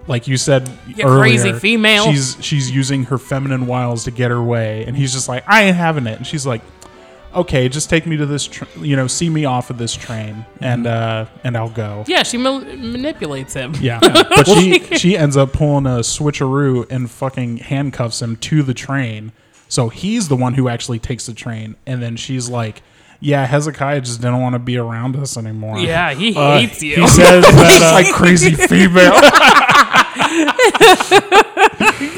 S3: like you said,
S5: You
S3: earlier,
S5: crazy female.
S3: She's she's using her feminine wiles to get her way, and he's just like, I ain't having it. And she's like. Okay, just take me to this, tr- you know, see me off of this train, and
S5: Mm-hmm.
S3: uh, and I'll go.
S5: yeah, she ma- manipulates him.
S3: Yeah, but she she ends up pulling a switcheroo and fucking handcuffs him to the train. So he's the one who actually takes the train, and then she's like, "Yeah, Hezekiah just didn't want to be around us anymore."
S5: Yeah, he
S4: Uh,
S5: hates you.
S4: He says
S3: It's
S4: that.
S3: like uh, crazy female.
S4: Uh,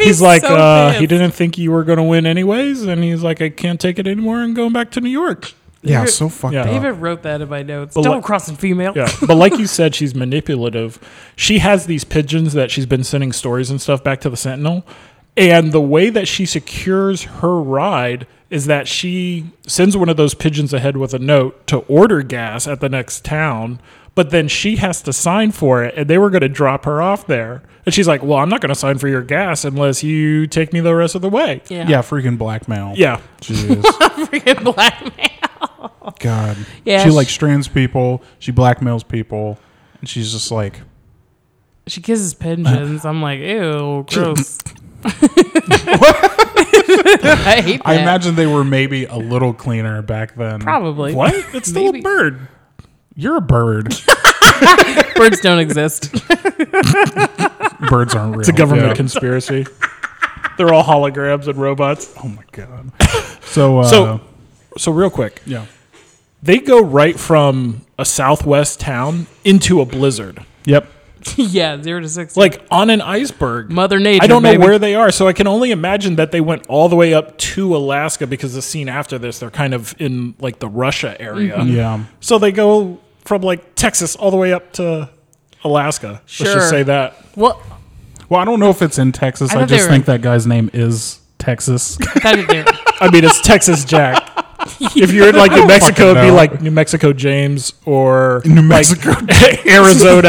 S4: he's like,
S5: so
S4: uh, he
S5: pissed.
S4: didn't think you were going to win anyways, and he's like, I can't take it anymore. and going back to New York.
S3: yeah, so fucked
S4: Yeah.
S3: up.
S5: I even wrote that in my notes.
S4: like-
S5: Double crossing female.
S4: Yeah, but like you said, she's manipulative. She has these pigeons that she's been sending stories and stuff back to the Sentinel, and the way that she secures her ride is that she sends one of those pigeons ahead with a note to order gas at the next town, but then she has to sign for it, and they were going to drop her off there, and she's like, "Well, I'm not going to sign for your gas unless you take me the rest of the way."
S5: Yeah.
S3: yeah, freaking blackmail.
S4: Yeah.
S3: Jeez,
S5: Freaking black man.
S3: God.
S5: Yeah,
S3: she
S5: she-
S3: like strands people. She blackmails people, and she's just like,
S5: She kisses pigeons. I'm like, ew, gross. I hate that.
S3: I imagine they were maybe a little cleaner back then.
S5: Probably.
S4: What? It's still
S5: Maybe.
S4: a bird.
S3: You're a bird.
S5: Birds don't exist.
S3: Birds aren't real.
S4: It's a government conspiracy. They're all holograms and robots.
S3: Oh my god. So uh,
S4: So, so real quick,
S3: yeah,
S4: they go right from a southwest town into a blizzard,
S3: yep.
S5: yeah, zero to six.
S4: like on an iceberg.
S5: Mother Nature.
S4: I don't know
S5: baby.
S4: where they are, so I can only imagine that they went all the way up to Alaska because the scene after this, they're kind of in like the Russia area.
S5: Mm-hmm.
S3: Yeah,
S4: So they go from like Texas all the way up to Alaska. Let's
S5: Sure.
S4: just say that.
S5: Well,
S3: well, I don't know if it's in Texas.
S5: I
S3: I,
S5: thought they
S3: just
S5: were-
S3: think that guy's name is Texas.
S5: that is there.
S4: I mean, it's Texas Jack. If you're in like New Mexico, it'd be
S3: know.
S4: like New Mexico James or
S3: New Mexico.
S4: Arizona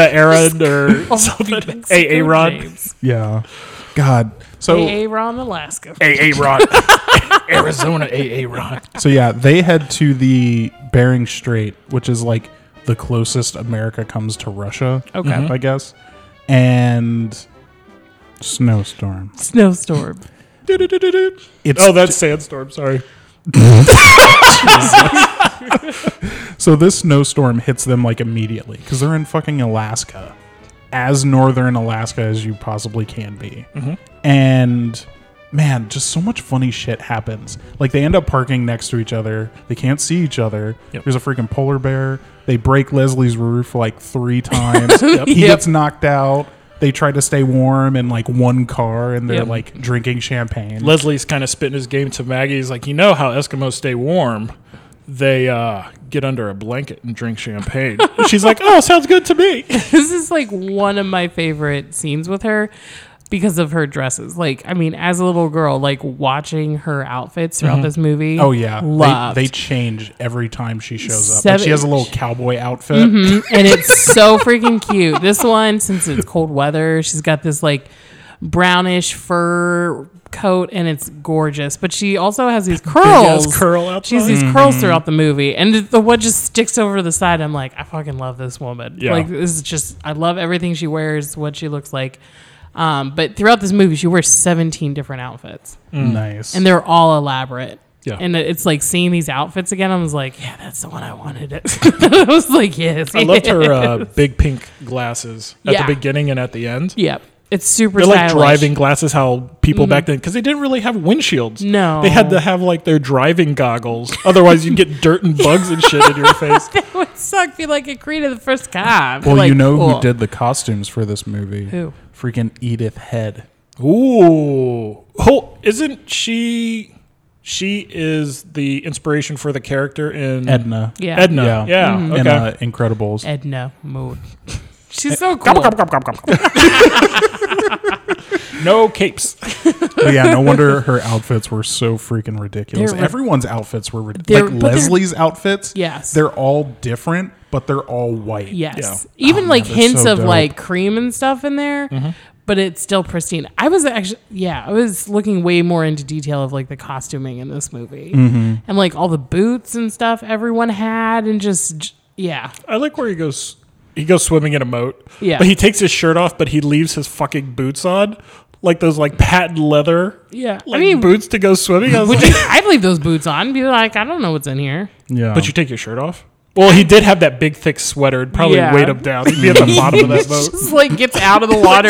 S4: Aaron or something. A. Rod.
S5: James.
S3: yeah, God. So
S5: AA Ron, Alaska.
S4: A. Rod. Arizona A. Rod.
S3: so yeah, they head to the Bering Strait, which is like the closest America comes to Russia.
S5: Okay.
S3: I guess, and snowstorm.
S5: Snowstorm.
S3: It's
S4: Oh, that's Sandstorm. Sorry.
S3: So this snowstorm hits them like immediately because they're in fucking Alaska, as northern Alaska as you possibly can be.
S5: Mm-hmm.
S3: And man, just so much funny shit happens. Like they end up parking next to each other. They can't see each other.
S4: Yep.
S3: There's a freaking polar bear. They break Leslie's roof like three times. He
S5: Yep.
S3: gets knocked out. They try to stay warm in like one car, and they're
S5: Yep.
S3: like drinking champagne.
S4: Leslie's kind of spitting his game to Maggie. He's like, you know how Eskimos stay warm? They uh, get under a blanket and drink champagne. She's like, oh, sounds good to me.
S5: this is like one of my favorite scenes with her. because of her dresses. Like, I mean, as a little girl, like watching her outfits throughout this movie.
S3: Oh yeah, They-
S5: loved.
S3: They, change every time she shows up. Like, she has a little cowboy outfit.
S5: Mm-hmm. and it's so freaking cute. This one, since it's cold weather, she's got this like brownish fur coat and it's gorgeous. But she also has these curls.
S4: curl outline.
S5: She has these curls throughout the movie. And it's the one just sticks over the side. I'm like, I fucking love this woman.
S4: Yeah.
S5: Like this is just I love everything she wears, what she looks like. Um, but throughout this movie, she wears 17 different outfits,
S3: Nice.
S5: Mm. and they're all elaborate.
S4: Yeah.
S5: And it's like seeing these outfits again. I was like, yeah, that's the one I wanted. I was like, yes.
S4: I loved her uh, big pink glasses at
S5: Yeah.
S4: the beginning and at the end.
S5: Yep. It's super
S4: They're like
S5: stylish.
S4: driving glasses. How people back then, because they didn't really have windshields.
S5: No.
S4: they had to have like their driving goggles. Otherwise, you'd get dirt and bugs and shit in your face.
S5: It would suck. Be like a Krita the first time.
S3: well,
S5: Like,
S3: you know
S5: cool.
S3: who did the costumes for this movie?
S5: Who? Mm.
S3: Freaking Edith Head.
S4: Ooh, oh, isn't she? She is the inspiration for the character in
S3: Edna.
S5: Yeah. Mm-hmm.
S4: Edna, yeah,
S3: Yeah.
S4: okay.
S3: In uh, Incredibles.
S5: Edna Moon. She's so cool.
S4: no capes.
S3: But yeah, no wonder her outfits were so freaking ridiculous.
S5: They're ri-
S3: Everyone's outfits were
S5: They're-
S3: ridiculous.
S5: but
S3: Like
S5: they're-
S3: Leslie's outfits.
S5: Yes.
S3: They're all different, but they're all white.
S5: Yes. Even like
S3: they're
S5: hints
S3: Oh, so
S5: of
S3: dope. Mm-hmm.
S5: like cream and stuff in there, but it's still pristine. I was actually, yeah, I was looking way more into detail of like the costuming in this movie
S3: Mm-hmm.
S5: and like all the boots and stuff everyone had and just, j- yeah.
S4: I like where he goes. He goes swimming in a moat.
S5: Yeah.
S4: but he takes his shirt off, but he leaves his fucking boots on, like those like patent leather.
S5: Yeah. I
S4: like
S5: mean,
S4: boots to go swimming. I was
S5: would
S4: like,
S5: you, I'd leave those boots on and be like, I don't know what's in here.
S3: Yeah.
S4: but you take your shirt off. Well, he did have that big thick sweater. It'd probably
S5: Yeah.
S4: weighed him down. He'd be at the bottom of that boat.
S5: just like gets out of the water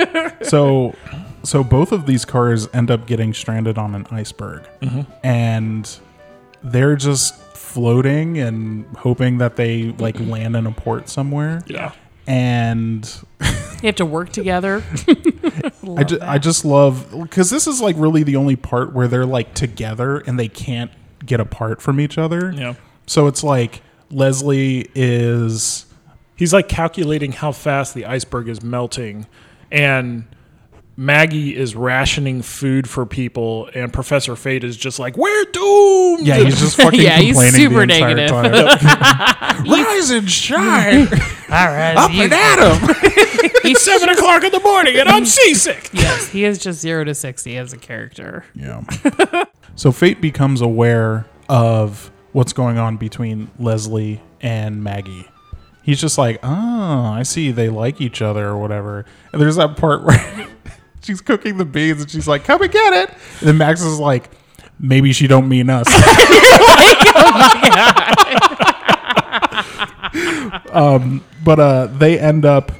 S5: to dress now.
S3: so so both of these cars end up getting stranded on an iceberg
S4: Mm-hmm.
S3: and they're just floating and hoping that they like land in a port somewhere
S4: Yeah.
S3: and
S5: You have to work together.
S3: I, ju- I just love because this is like really the only part where they're like together and they can't get apart from each other
S4: Yeah.
S3: so it's like leslie is
S4: He's like calculating how fast the iceberg is melting, and Maggie is rationing food for people, and Professor Fate is just like, "We're doomed."
S3: yeah he's just fucking
S5: Yeah, he's
S3: complaining
S5: super
S3: the entire
S5: negative.
S3: time rise and shine
S5: All right.
S3: up and at 'em.
S5: He's
S4: seven o'clock in the morning, and I'm seasick.
S5: Yes, he is just zero to sixty as a character.
S3: Yeah. so Fate becomes aware of what's going on between Leslie and Maggie. He's just like, oh, I see they like each other or whatever. And there's that part where she's cooking the beans and she's like, come and get it. And then Max is like, maybe she don't mean us. um, but uh, they end up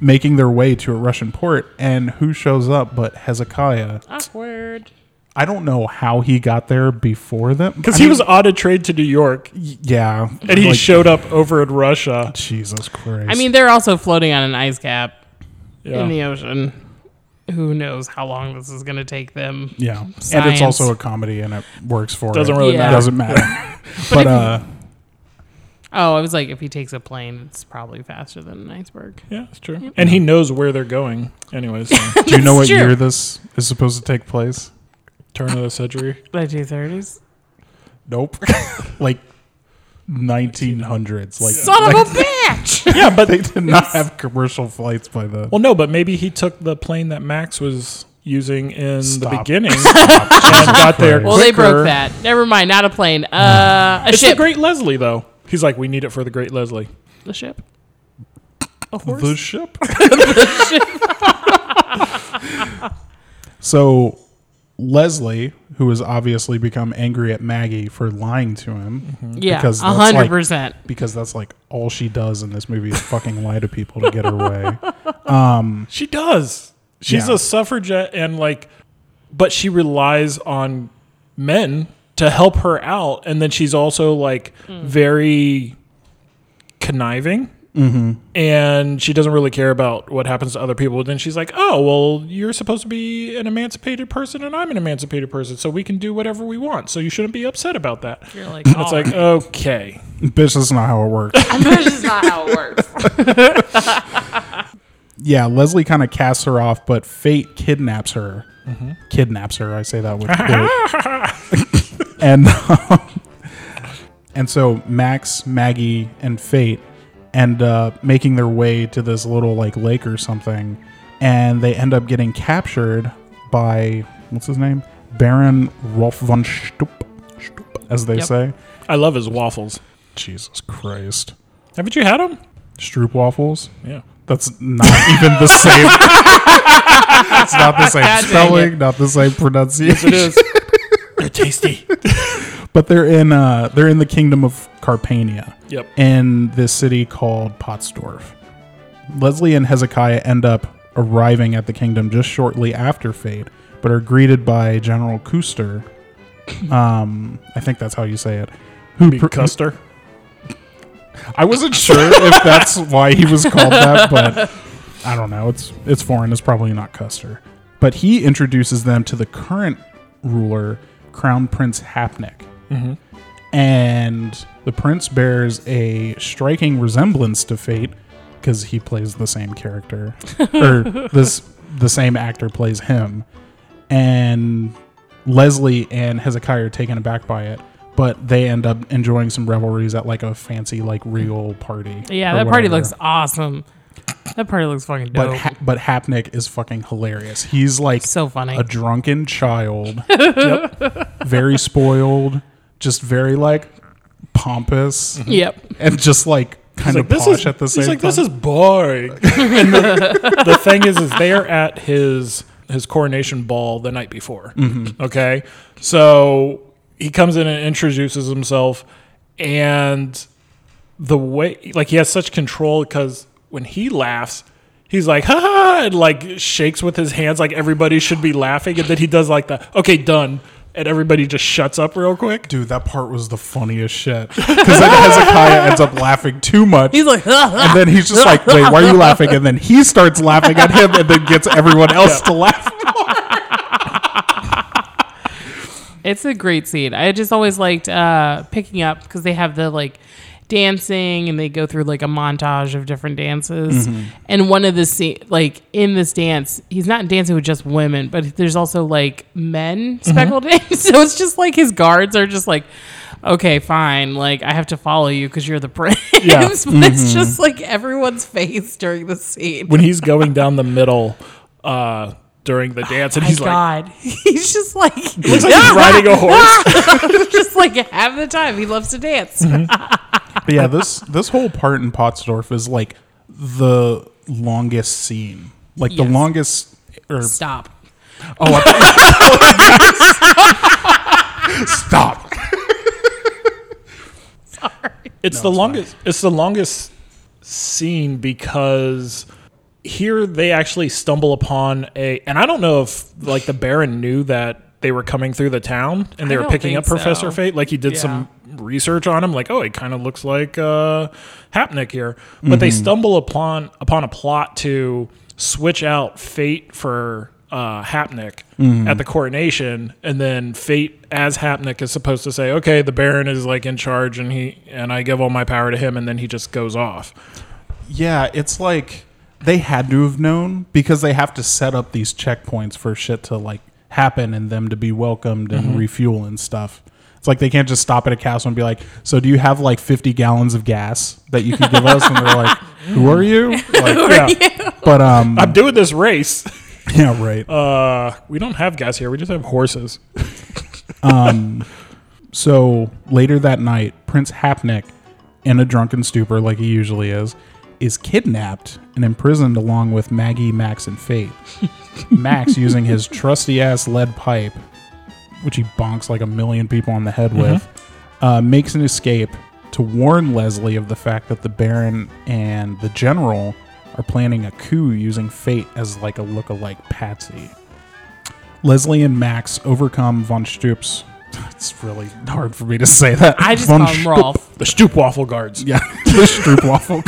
S3: making their way to a Russian port, and who shows up but Hezekiah?
S5: Awkward.
S3: I don't know how he got there before them
S4: Because
S3: I
S4: he
S3: mean,
S4: was on a trade to New York,
S3: yeah,
S4: and he
S3: like,
S4: showed up over in Russia.
S3: Jesus Christ.
S5: I mean, they're also floating on an ice cap
S4: Yeah.
S5: in the ocean. Who knows how long this is going to take them?
S3: yeah, and it's
S5: science.
S3: also a comedy, and it works for
S4: Doesn't
S3: it.
S4: really
S5: Yeah.
S4: matter.
S3: doesn't matter. but uh,
S5: Oh, I was like, if he takes a plane, it's probably faster than an iceberg.
S4: Yeah, that's true. And he knows where they're going. Anyways, so,
S3: do you know what
S5: That's true.
S3: year this is supposed to take place?
S4: turn of the century.
S5: The two thirties.
S3: Nope, like 1900s. Like
S5: Son of a bitch.
S4: Yeah, but
S3: they did not have commercial flights by then.
S4: well, no, but maybe he took the plane that Max was using in the
S3: Stop.
S4: beginning and got there.
S5: well, they
S4: quicker.
S5: broke that. Never mind. Not a plane. Uh, a
S4: It's
S5: ship.
S4: the Great Leslie, though. He's like, we need it for the Great Leslie.
S5: a ship.
S4: A horse.
S3: the ship. so Leslie, who has obviously become angry at Maggie for lying to him,
S5: Yeah,
S3: because that's
S5: hundred
S3: like-
S5: percent.
S3: because that's like all she does in this movie is fucking lie to people to get her way.
S4: She does. She's
S3: Yeah.
S4: a suffragette and like but she relies on men to help her out and then she's also like very conniving and she doesn't really care about what happens to other people. Then she's like, "Oh, well, you're supposed to be an emancipated person, and I'm an emancipated person, so we can do whatever we want. So you shouldn't be upset about that."
S5: You're like, oh.
S4: It's like, okay,
S3: Bitch, that's not how it works.
S5: this is not how it works.
S3: yeah, Leslie kind of casts her off, but fate kidnaps her. Kidnaps her. I say that with quote. and um, and so Max, Maggie, and Fate end up making their way to this little like lake or something, and they end up getting captured by what's his name, Baron Rolf von Stupp, Stupp as they
S5: Yep.
S3: say.
S4: I love his waffles.
S3: Jesus Christ,
S4: Haven't you had them?
S3: Stroop waffles.
S4: Yeah.
S3: That's not even the same. it's not the same spelling, not the same pronunciation.
S4: They're tasty.
S3: But they're in uh, they're in the kingdom of Carpania
S4: yep.
S3: in this city called Potsdorf. Leslie and Hezekiah end up arriving at the kingdom just shortly after Fate, but are greeted by General Custer. Um, I think that's how you say it. Who pr-
S4: Custer.
S3: I wasn't sure if that's why he was called that, but I don't know. It's it's foreign. It's probably not Custer. But he introduces them to the current ruler, Crown Prince Hapnik.
S5: Mm-hmm.
S3: And the prince bears a striking resemblance to Fate because he plays the same character, or this the same actor plays him. And Leslie and Hezekiah are taken aback by it, but they end up enjoying some revelries at like a fancy like regal party.
S5: Yeah,
S3: or
S5: that party
S3: whatever.
S5: looks awesome. That party looks fucking
S3: But
S5: dope.
S3: ha- but Hapnik is fucking hilarious. He's like
S5: So funny.
S3: a drunken child, very spoiled, just very like pompous,
S5: yep.
S3: and just like kind of
S4: Mm-hmm. Like, this
S3: posh
S4: is,
S3: at the same
S4: he's like,
S3: time.
S4: this is boring. and the, the thing is, is they're at his his coronation ball the night before.
S3: Mm-hmm.
S4: Okay, so he comes in and introduces himself, and the way like he has such control because when he laughs. He's like, ha ha, and like shakes with his hands like everybody should be laughing. And then he does like the, okay, done. And everybody just shuts up real quick.
S3: Dude, that part was the funniest shit. Because then Hezekiah ends up laughing too much.
S5: He's like,
S3: and then he's just like, "Wait, why are you laughing?" And then he starts laughing at him, and then gets everyone else to laugh.
S5: It's a great scene. I just always liked uh, picking up because they have the like dancing and they go through like a montage of different dances.
S3: Mm-hmm.
S5: And one of the scene, like in this dance, he's not dancing with just women, but there's also like men
S3: Mm-hmm.
S5: speckled in. So it's just like his guards are just like, okay, fine. Like I have to follow you because you're the prince. but
S3: Mm-hmm.
S5: it's just like everyone's face during the scene.
S4: when he's going down the middle uh, during the dance,
S5: Oh
S4: and
S5: My
S4: he's like,
S5: God, Ah! he's just like
S4: looks like he's riding a horse.
S5: just like half the time he loves to dance.
S3: But yeah, this this whole part in Potsdorf is like the longest scene, like the
S5: Yes.
S3: longest. Or oh,
S5: Stop.
S3: stop.
S4: It's the longest. It's the longest scene because here they actually stumble upon a, and I don't know if like the Baron knew that they were coming through the town and they
S5: I
S4: were
S5: don't
S4: picking up
S5: think so.
S4: Professor Fate. Like he did some research on him. Like oh, he kind of looks like uh, Hapnik here, but they stumble upon upon a plot to switch out Fate for. Uh, Hapnik at the coronation, and then Fate as Hapnik is supposed to say, "Okay, the Baron is like in charge, and he and I give all my power to him," and then he just goes off.
S3: Yeah, it's like they had to have known because they have to set up these checkpoints for shit to like happen and them to be welcomed and refuel and stuff. It's like they can't just stop at a castle and be like, "So do you have like 50 gallons of gas that you can give us?" And they're like, "Who are you?" Like,
S4: Yeah.
S3: but um,
S4: I'm doing this race.
S3: yeah, right.
S4: Uh, we don't have guys here. We just have horses.
S3: So later that night, Prince Hapnik, in a drunken stupor like he usually is, is kidnapped and imprisoned along with Maggie, Max, and Fate. Max, using his trusty ass lead pipe, which he bonks like a million people on the head
S5: Mm-hmm.
S3: with, uh, makes an escape to warn Leslie of the fact that the Baron and the General are planning a coup using Fate as like a look-alike patsy. Leslie and Max overcome von Stoop's. It's really hard for me to say that.
S5: I just
S3: von
S5: call him Rolf.
S4: The stoop waffle guards.
S3: Yeah, the Stroop waffle.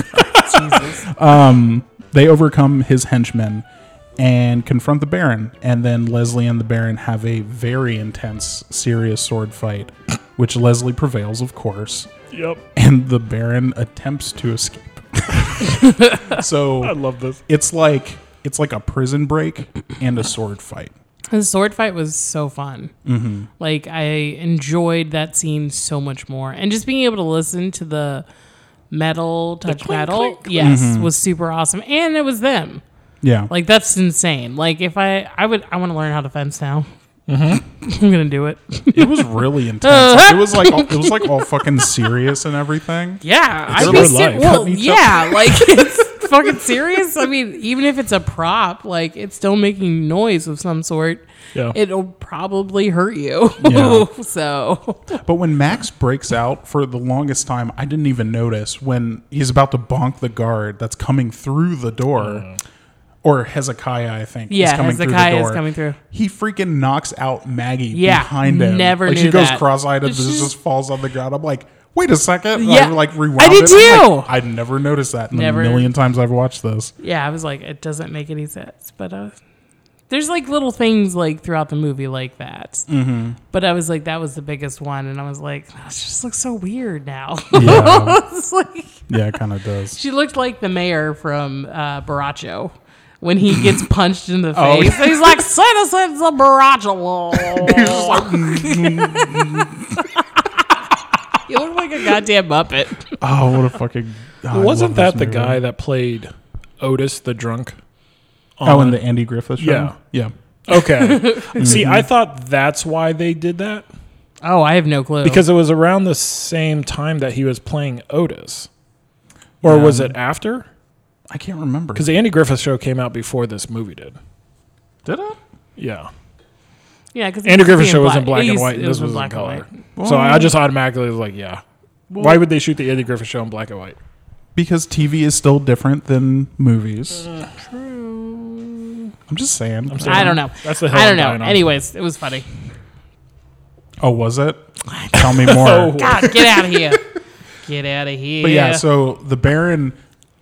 S3: Um,
S5: Jesus.
S3: They overcome his henchmen and confront the Baron, and then Leslie and the Baron have a very intense, serious sword fight, which Leslie prevails, of course,
S4: Yep.
S3: and the Baron attempts to escape. so
S4: I love this.
S3: it's like it's like a prison break and a sword fight.
S5: The sword fight was so fun. Mm-hmm. Like I enjoyed that scene so much more, and just being able to listen to the metal touch
S4: clink,
S5: metal,
S4: clink, clink.
S5: yes, was super awesome. And it was them.
S3: Yeah,
S5: Like that's insane. Like if I, I would, I want to learn how to fence now. I'm gonna do it.
S3: it was really intense. Like, it was like all, it was like all fucking serious and everything.
S5: Yeah,
S4: their
S5: I'd be
S4: life.
S5: ser- well,
S3: Cutting each
S5: yeah, like it's fucking serious. I mean, even if it's a prop, like it's still making noise of some sort.
S4: Yeah.
S5: It'll probably hurt you.
S3: Yeah.
S5: so
S3: But when Max breaks out for the longest time, I didn't even notice when he's about to bonk the guard that's coming through the door. Or Hezekiah, I think.
S5: Mm. Yeah,
S3: is coming
S5: Hezekiah
S3: through
S5: is
S3: the door.
S5: coming through.
S3: He freaking knocks out Maggie
S5: Yeah,
S3: behind him.
S5: never
S3: like she
S5: knew
S3: goes
S5: that.
S3: cross-eyed and
S5: She's-
S3: just, just falls on the ground. I'm like, wait a second. And
S5: Yeah,
S3: I like
S5: I
S3: rewound
S5: did
S3: it. I'm like,
S5: too.
S3: I'd never noticed that in
S5: Never.
S3: the million times I've watched this.
S5: yeah, I was like, it doesn't make any sense. But uh, there's like little things like throughout the movie like that. Mm-hmm. But I was like, that was the biggest one, and I was like, it just looks so weird now.
S3: Yeah,
S5: it's like
S3: yeah, it kind of does.
S5: She looked like the mayor from uh, Baracho when he gets punched in the
S3: Oh.
S5: face. He's like, citizens of Baracho. you look like a goddamn Muppet.
S3: Oh, what a fucking! oh, I love
S4: Wasn't
S3: this
S4: that the
S3: movie.
S4: guy that played Otis the drunk?
S3: Oh, in the Andy Griffith show.
S4: Yeah.
S3: yeah. Mm-hmm.
S4: Okay. See, I thought that's why they did that
S5: Oh, I have no clue.
S4: because it was around the same time that he was playing Otis. Or was it after?
S3: I can't remember.
S4: Because the Andy Griffith show came out before this movie did.
S3: Did it?
S4: Yeah.
S5: yeah, because
S4: Andrew Griffith show was in black and white, and this was in color. So I I just automatically was like, yeah. Why would they shoot the Andy Griffith show in black and white?
S3: Because TV is still different than movies. I'm just saying.
S4: I'm saying-
S5: I don't know.
S4: That's the hill
S5: I
S4: I'm
S5: don't know.
S4: dying on.
S5: Anyways, it was funny.
S3: Oh, was it? Tell me more.
S5: God, get out of here. Get out of here.
S3: But yeah, so the Baron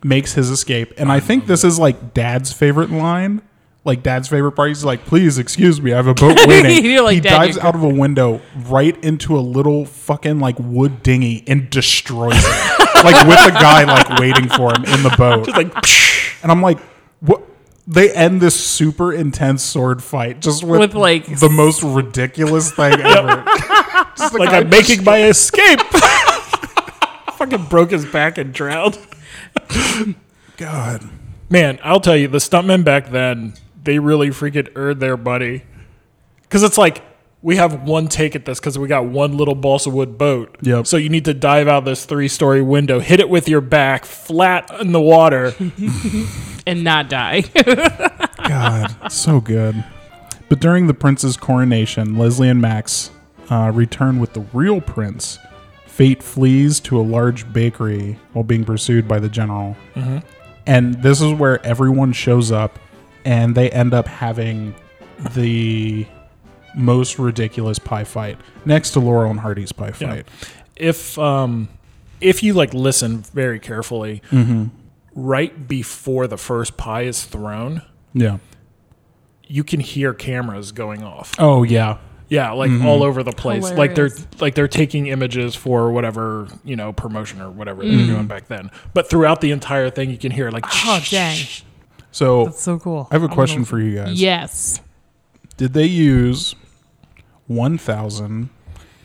S3: makes his escape, and I think this is like Dad's favorite line. Like Dad's favorite part, he's like, "Please excuse me, I have a boat waiting."
S5: You're like,
S3: he
S5: "Dad,
S3: dives
S5: you're-
S3: out of a window right into a little fucking like wood dinghy and destroys it, like with the guy like waiting for him in the boat.
S4: Like, psh,
S3: And I'm like, what? They end this super intense sword fight just with,
S5: With, like,
S3: the most ridiculous thing ever. Just the
S4: like
S3: guy
S4: I'm making my escape. Fucking broke his back and drowned.
S3: just- God.
S4: Man, I'll tell you, the stuntmen back then, they really freaking earned their money. Because it's like, we have one take at this because we got one little balsa wood boat.
S3: Yep.
S4: So you need to dive out this three story window, hit it with your back flat in the water.
S5: and not die.
S3: God, so good. But during the prince's coronation, Leslie and Max uh, return with the real prince. Fate flees to a large bakery while being pursued by the general. And this is where everyone shows up, and they end up having the most ridiculous pie fight next to Laurel and Hardy's pie fight.
S4: if um if you like listen very carefully right before the first pie is thrown
S3: Yeah.
S4: you can hear cameras going off
S3: Oh, yeah.
S4: yeah like
S3: Mm-hmm.
S4: all over the place like they're
S5: Hilarious.
S4: like they're taking images for whatever you know promotion or whatever they're
S3: Mm.
S4: doing back then but throughout the entire thing you can hear like
S5: oh, dang.
S3: So,
S5: So cool.
S3: I have a question for you guys.
S5: Yes.
S3: Did they use 1,000,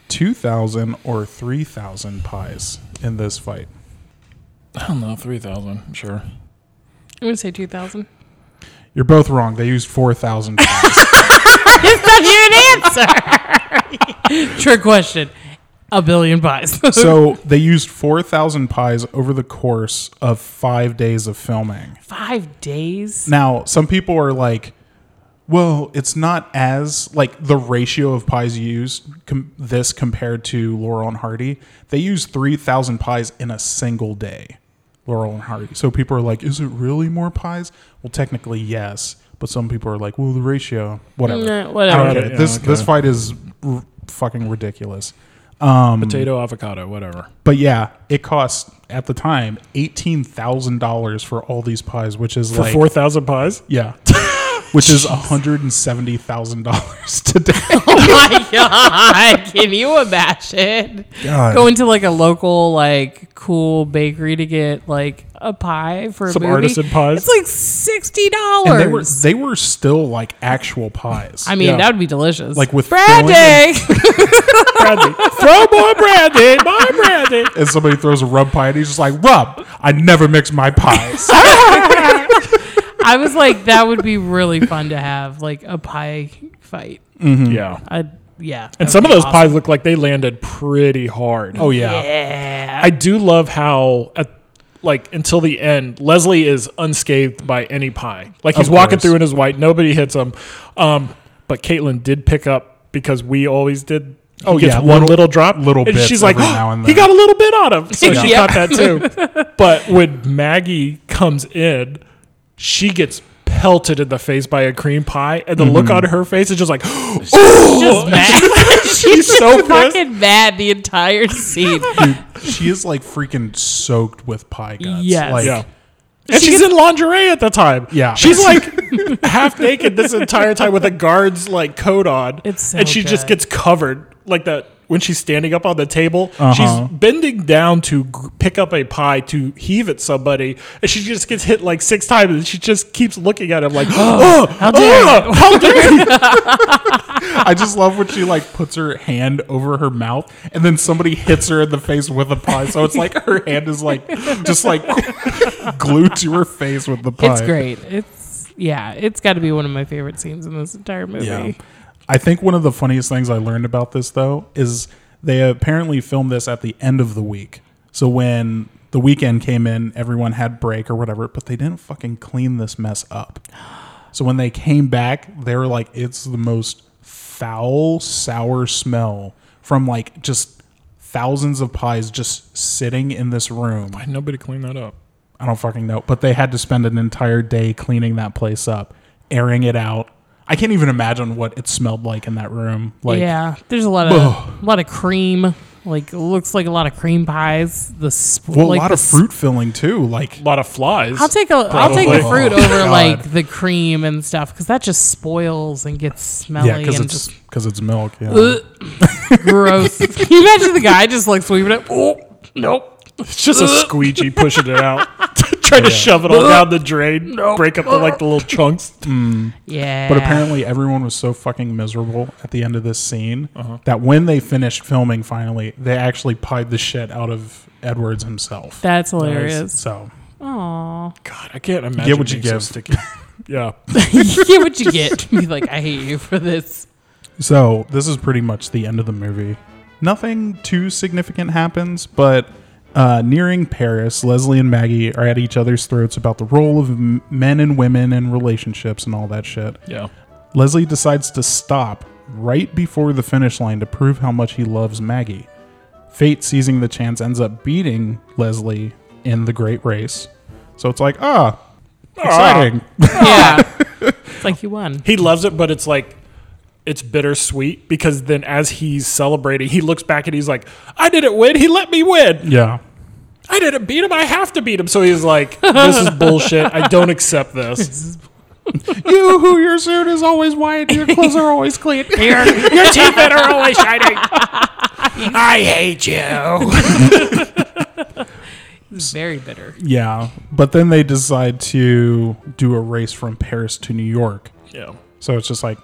S3: 2,000, or 3,000 pies in this fight?
S4: i don't know 3000 sure
S5: I'm going to say 2000.
S3: You're both wrong. They used 4,000 pies.
S5: That's not even an answer. Trick question. A billion buys.
S3: so they used 4,000 pies over the course of five days of filming.
S5: Five days?
S3: Now, some people are like, well, it's not as like the ratio of pies used com- this compared to Laurel and Hardy. They use 3,000 pies in a single day, Laurel and Hardy. So people are like, is it really more pies? Well, technically, yes. But some people are like, well, the ratio, whatever.
S5: Nah,
S3: I
S5: whatever.
S3: don't get it.
S4: Okay,
S3: This,
S4: okay.
S3: this fight is r- fucking ridiculous.
S4: potato, avocado, whatever.
S3: But yeah, it cost at the time eighteen thousand dollars for all these pies, which is
S4: For
S3: like
S4: four thousand pies.
S3: yeah, which is one hundred and seventy thousand dollars today.
S5: my god! Can you imagine
S3: God.
S5: going to like a local like cool bakery to get like a pie for a
S4: Some
S5: movie?
S4: artisan pies.
S5: It's like sixty
S3: and they were
S5: dollars.
S3: they were still like actual pies.
S5: I mean,
S4: yeah.
S5: that would be delicious.
S3: Like with filling
S5: Brandy.
S3: and-
S4: Brandy. Throw more brandy, more brandy.
S3: and somebody throws a rub pie, and he's just like, "Rub, I never mix my pies."
S5: I was like, that would be really fun to have like a pie fight.
S4: Yeah.
S5: I yeah.
S4: And some of those pies look like they landed pretty hard.
S3: oh yeah.
S5: Yeah.
S4: I do love how at like until the end, Leslie is unscathed by any pie. Like he's
S3: Of
S4: walking
S3: course.
S4: through in his white, nobody hits him. Um, but Caitlin did pick up because we always did. he
S3: Oh,
S4: gets
S3: yeah,
S4: one
S3: little-
S4: little, drop.
S3: little
S4: and
S3: bits
S4: she's like, "Ah, "Oh,
S3: every now and
S4: he
S3: then."
S4: got a little bit on him, so she
S5: Yeah.
S4: caught that too. but when Maggie comes in, she gets pelted in the face by a cream pie, and the look
S3: Mm-hmm.
S4: on her face is just like,
S5: just mad.
S4: she's so pissed.
S5: fucking mad the entire scene.
S3: She is like freaking soaked with pie guts.
S5: Yes.
S3: Like,
S4: Yeah. And she's in lingerie at the time.
S3: Yeah.
S4: She's like half naked this entire time with a guard's like coat on.
S5: It's so
S4: and she just
S5: good.
S4: gets covered like that when she's standing up on the table.
S3: Uh-huh.
S4: She's bending down to g- pick up a pie to heave at somebody and she just gets hit like six times and she just keeps looking at him like, "Oh, how
S5: dare
S4: oh, how dare you."
S3: I just love when she like puts her hand over her mouth and then somebody hits her in the face with a pie. So it's like her hand is like just like glued to her face with the pie.
S5: It's great. It's yeah, it's got to be one of my favorite scenes in this entire movie.
S3: Yeah. I think one of the funniest things I learned about this though is they apparently filmed this at the end of the week. So when the weekend came in, everyone had break or whatever, but they didn't fucking clean this mess up. So when they came back, they were like, it's the most foul, sour smell from like just thousands of pies just sitting in this room.
S4: Nobody cleaned that up.
S3: I don't fucking know, but they had to spend an entire day cleaning that place up, airing it out. I can't even imagine what it smelled like in that room. Like,
S5: yeah, there's a lot of a lot of cream. Like it looks like a lot of cream pies. The sp-
S3: well,
S5: like
S3: a lot
S5: the
S3: of fruit filling too. Like,
S4: A lot of flies.
S5: I'll take a will take the
S3: Probably.
S5: fruit
S3: Oh,
S5: over
S3: God.
S5: like the cream and stuff because that just spoils and gets smelly
S3: yeah, because
S5: and
S3: it's
S5: just
S3: because it's milk. Yeah.
S5: gross. Can you imagine the guy just like sweeping it? Oh nope.
S4: It's just a squeegee pushing it out. Trying to shove it all down the drain, break up the, like the little chunks.
S5: Yeah,
S3: But apparently, everyone was so fucking miserable at the end of this scene that when they finished filming, finally, they actually pied the shit out of Edwards himself.
S5: that's hilarious.
S3: so
S4: God, I can't imagine.
S3: get what you
S4: being so
S3: give.
S4: sticky. yeah,
S5: you get what you get. Be like, I hate you for this.
S3: So this is pretty much the end of the movie. Nothing too significant happens, but uh, nearing Paris, Leslie and Maggie are at each other's throats about the role of m- men and women and relationships and all that shit.
S4: yeah.
S3: Leslie decides to stop right before the finish line to prove how much he loves Maggie. Fate, seizing the chance, ends up beating Leslie in the great race. So it's like, ah, exciting.
S5: Yeah, it's like you won.
S4: He loves it, but it's like it's bittersweet because then as he's celebrating, he looks back and he's like, "I didn't win. He let me win.
S3: yeah.
S4: I didn't beat him. I have to beat him." So he's like, "This is bullshit. I don't accept this."
S3: you who your suit is always white, and your clothes are always clean.
S4: Your, your teeth that are always shining. I hate you.
S5: It's very bitter.
S3: Yeah, but then they decide to do a race from Paris to New York.
S4: Yeah.
S3: So it's just like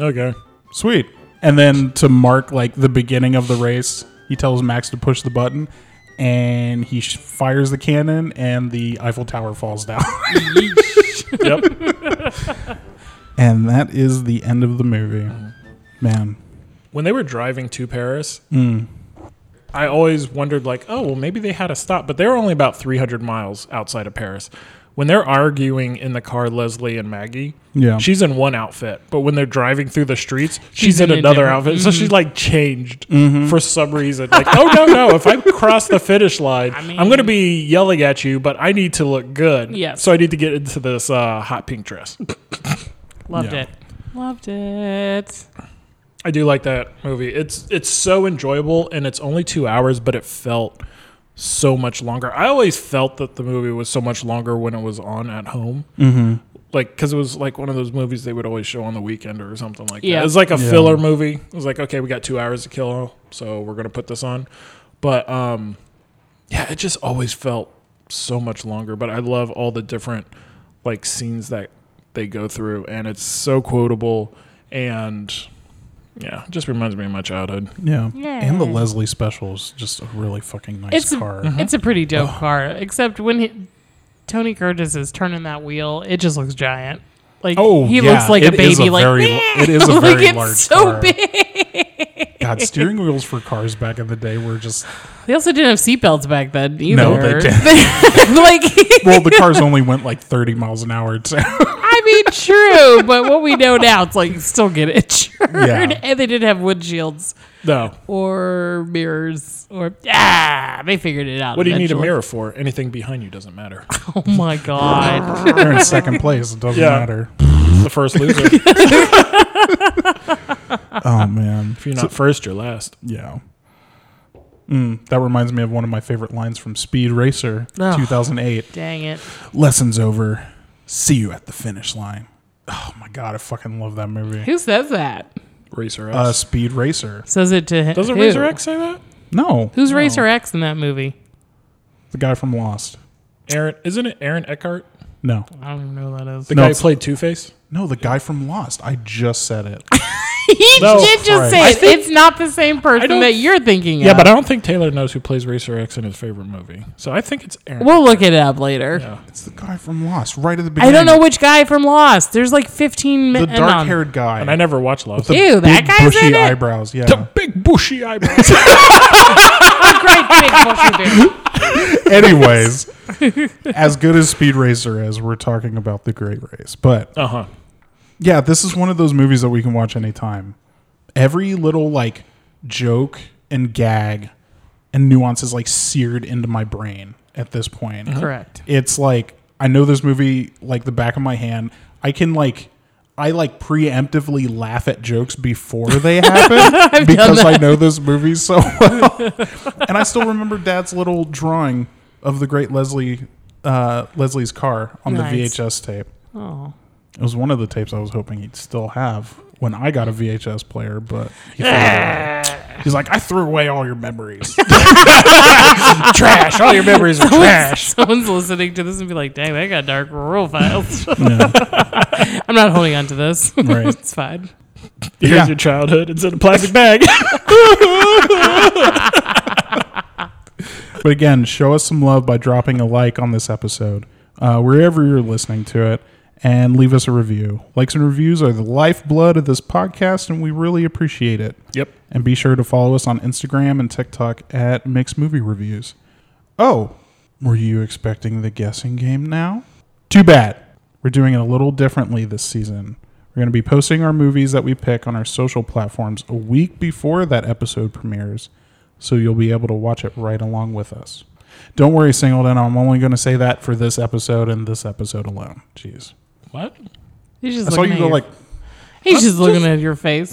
S4: Okay.
S3: sweet. And then to mark like the beginning of the race, he tells Max to push the button, and he sh- fires the cannon, and the Eiffel Tower falls down.
S4: Yep.
S3: and that is the end of the movie. Man,
S4: when they were driving to Paris, I always wondered, like, oh, well, maybe they had a stop, but they were only about 300 miles outside of Paris. When they're arguing in the car, Leslie and Maggie,
S3: Yeah.
S4: she's in one outfit, but when they're driving through the streets, she's, in, Mm-hmm.
S5: in a
S4: another
S5: different-
S4: outfit. So she's like changed for some reason. Like, oh, no, no, if I cross the finish line, I am going to be yelling at you, but I need to look good.
S5: Yes.
S4: So I need to get into this uh, hot pink dress.
S5: Loved
S3: Yeah.
S5: it. Loved it.
S4: I I do like that movie. It's it's so enjoyable and it's only 2 hours but it felt so much longer. I always felt that the movie was so much longer when it was on at home. Mm-hmm. Like cuz it was like one of those movies they would always show on the weekend or something like that.
S5: Yeah.
S4: It was like a filler movie. It was like okay, we got 2 hours to kill, so we're going to put this on. But um yeah, it just always felt so much longer, but I love all the different like scenes that they go through and it's so quotable and yeah, it just reminds me of my childhood.
S3: Yeah. And the
S5: Yeah.
S3: Leslie special is just a really fucking nice
S5: It's Mm-hmm. a-
S3: car. Mm-hmm.
S5: It's a pretty dope car, except when he, Tony Curtis is turning that wheel, it just looks giant. Like
S3: Oh,
S5: he
S3: yeah,
S5: looks like a
S3: it is
S5: baby.
S3: a
S5: like
S3: very- it is a
S5: like
S3: very
S5: it's
S3: large
S5: so
S3: car.
S5: big.
S3: God, steering wheels for cars back in the day were just
S5: They also didn't have seatbelts back then either.
S3: No, they
S5: like
S3: well, the cars only went like thirty miles an hour. So.
S5: I mean, true, but what we know now, it's like still get it churned.
S3: Yeah.
S5: And they didn't have windshields
S4: No.
S5: or mirrors or ah, they figured it out.
S4: What do you need a
S5: eventually.
S4: mirror for? Anything behind you doesn't matter.
S5: Oh my god!
S3: They're in second place. It doesn't
S4: Yeah.
S3: matter.
S4: the first loser. if
S5: Ah.
S3: Oh man,
S4: you're not first, you're last.
S3: yeah. Mm, that reminds me of one of my favorite lines from Speed Racer,
S5: Ugh.
S3: 2008.
S5: Dang it!
S3: Lessons over. See you at the finish line. Oh my god, I fucking love that movie.
S5: Who says that?
S4: Racer X.
S3: Uh, Speed Racer.
S5: Says it to him.
S4: Doesn't
S5: who?
S4: Razor X say that?
S3: No,
S5: Who's Racer X in that movie?
S3: the guy from Lost.
S4: Aaron isn't it Aaron Eckhart?
S3: No,
S5: I don't even know who that is.
S4: The
S3: No,
S4: guy who
S3: it's-
S4: played Two Face?
S3: no, the guy from Lost. I just said it.
S5: Ah. he
S4: No,
S5: did just
S3: right.
S5: say it. it's not the same person
S4: don't-
S5: that you're thinking
S4: Yeah,
S5: of.
S4: but I don't think Taylor knows who plays Racer X in his favorite movie. So I think it's Aaron.
S5: we'll look it up later.
S3: It's the guy from Lost, right at the
S5: I
S3: beginning.
S5: don't know which guy from Lost. There's like 15
S3: the
S5: minutes.
S3: dark-haired guy.
S4: and I never watched Lost.
S3: The
S5: Ew, that
S3: big
S5: guy's
S3: bushy
S5: in it?
S3: eyebrows. Yeah,
S4: The big bushy eyebrows.
S3: Anyways, as good as Speed Racer is, we're talking about the Great Race. But
S4: uh huh.
S3: yeah, this is one of those movies that we can watch anytime. Every little like joke and gag and nuance is like seared into my brain at this point.
S5: Correct.
S3: It's like I know this movie like the back of my hand. I can like I like preemptively laugh at jokes before they happen because I know this movie so well. and I still remember Dad's little drawing of the great Leslie uh, Leslie's car on
S5: Nice.
S3: the VHS tape.
S5: Oh.
S3: It was one of the tapes I was hoping he'd still have when I got a VHS player, but he threw it away. he's like, I threw away all your memories. Trash! All your memories are trash.
S5: Someone's listening to this and be like, dang, that got dark real fast. I'm not holding on to this.
S3: Right.
S5: it's fine.
S4: Here's
S3: Yeah.
S4: your childhood. It's in a plastic bag.
S3: But again, show us some love by dropping a like on this episode, uh, wherever you're listening to it, and leave us a review. Likes and reviews are the lifeblood of this podcast, and we really appreciate it.
S4: yep.
S3: And be sure to follow us on Instagram and TikTok at Mixed Movie Reviews. Oh, were you expecting the guessing game now? Too bad. We're doing it a little differently this season. We're going to be posting our movies that we pick on our social platforms a week before that episode premieres, so you'll be able to watch it right along with us. Don't worry, Singleton. I'm only going to say that for this episode and this episode alone. Jeez.
S4: What?
S5: He's just,
S3: I saw
S5: looking,
S3: you go
S5: at your,
S3: like, Mm.
S5: he's just looking at your face.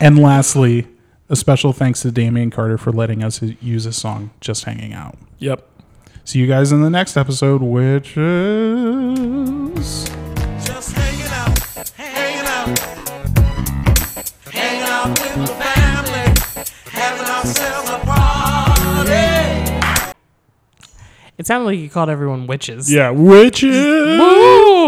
S3: And lastly, a special thanks to Damian Carter for letting us use his song Just Hanging Out.
S4: Yep.
S3: See you guys in the next episode, which is.
S2: Just hanging out, hanging out, hanging out with the family, having ourselves a party.
S5: It sounded like you called everyone witches.
S4: Yeah, witches.
S5: Ooh.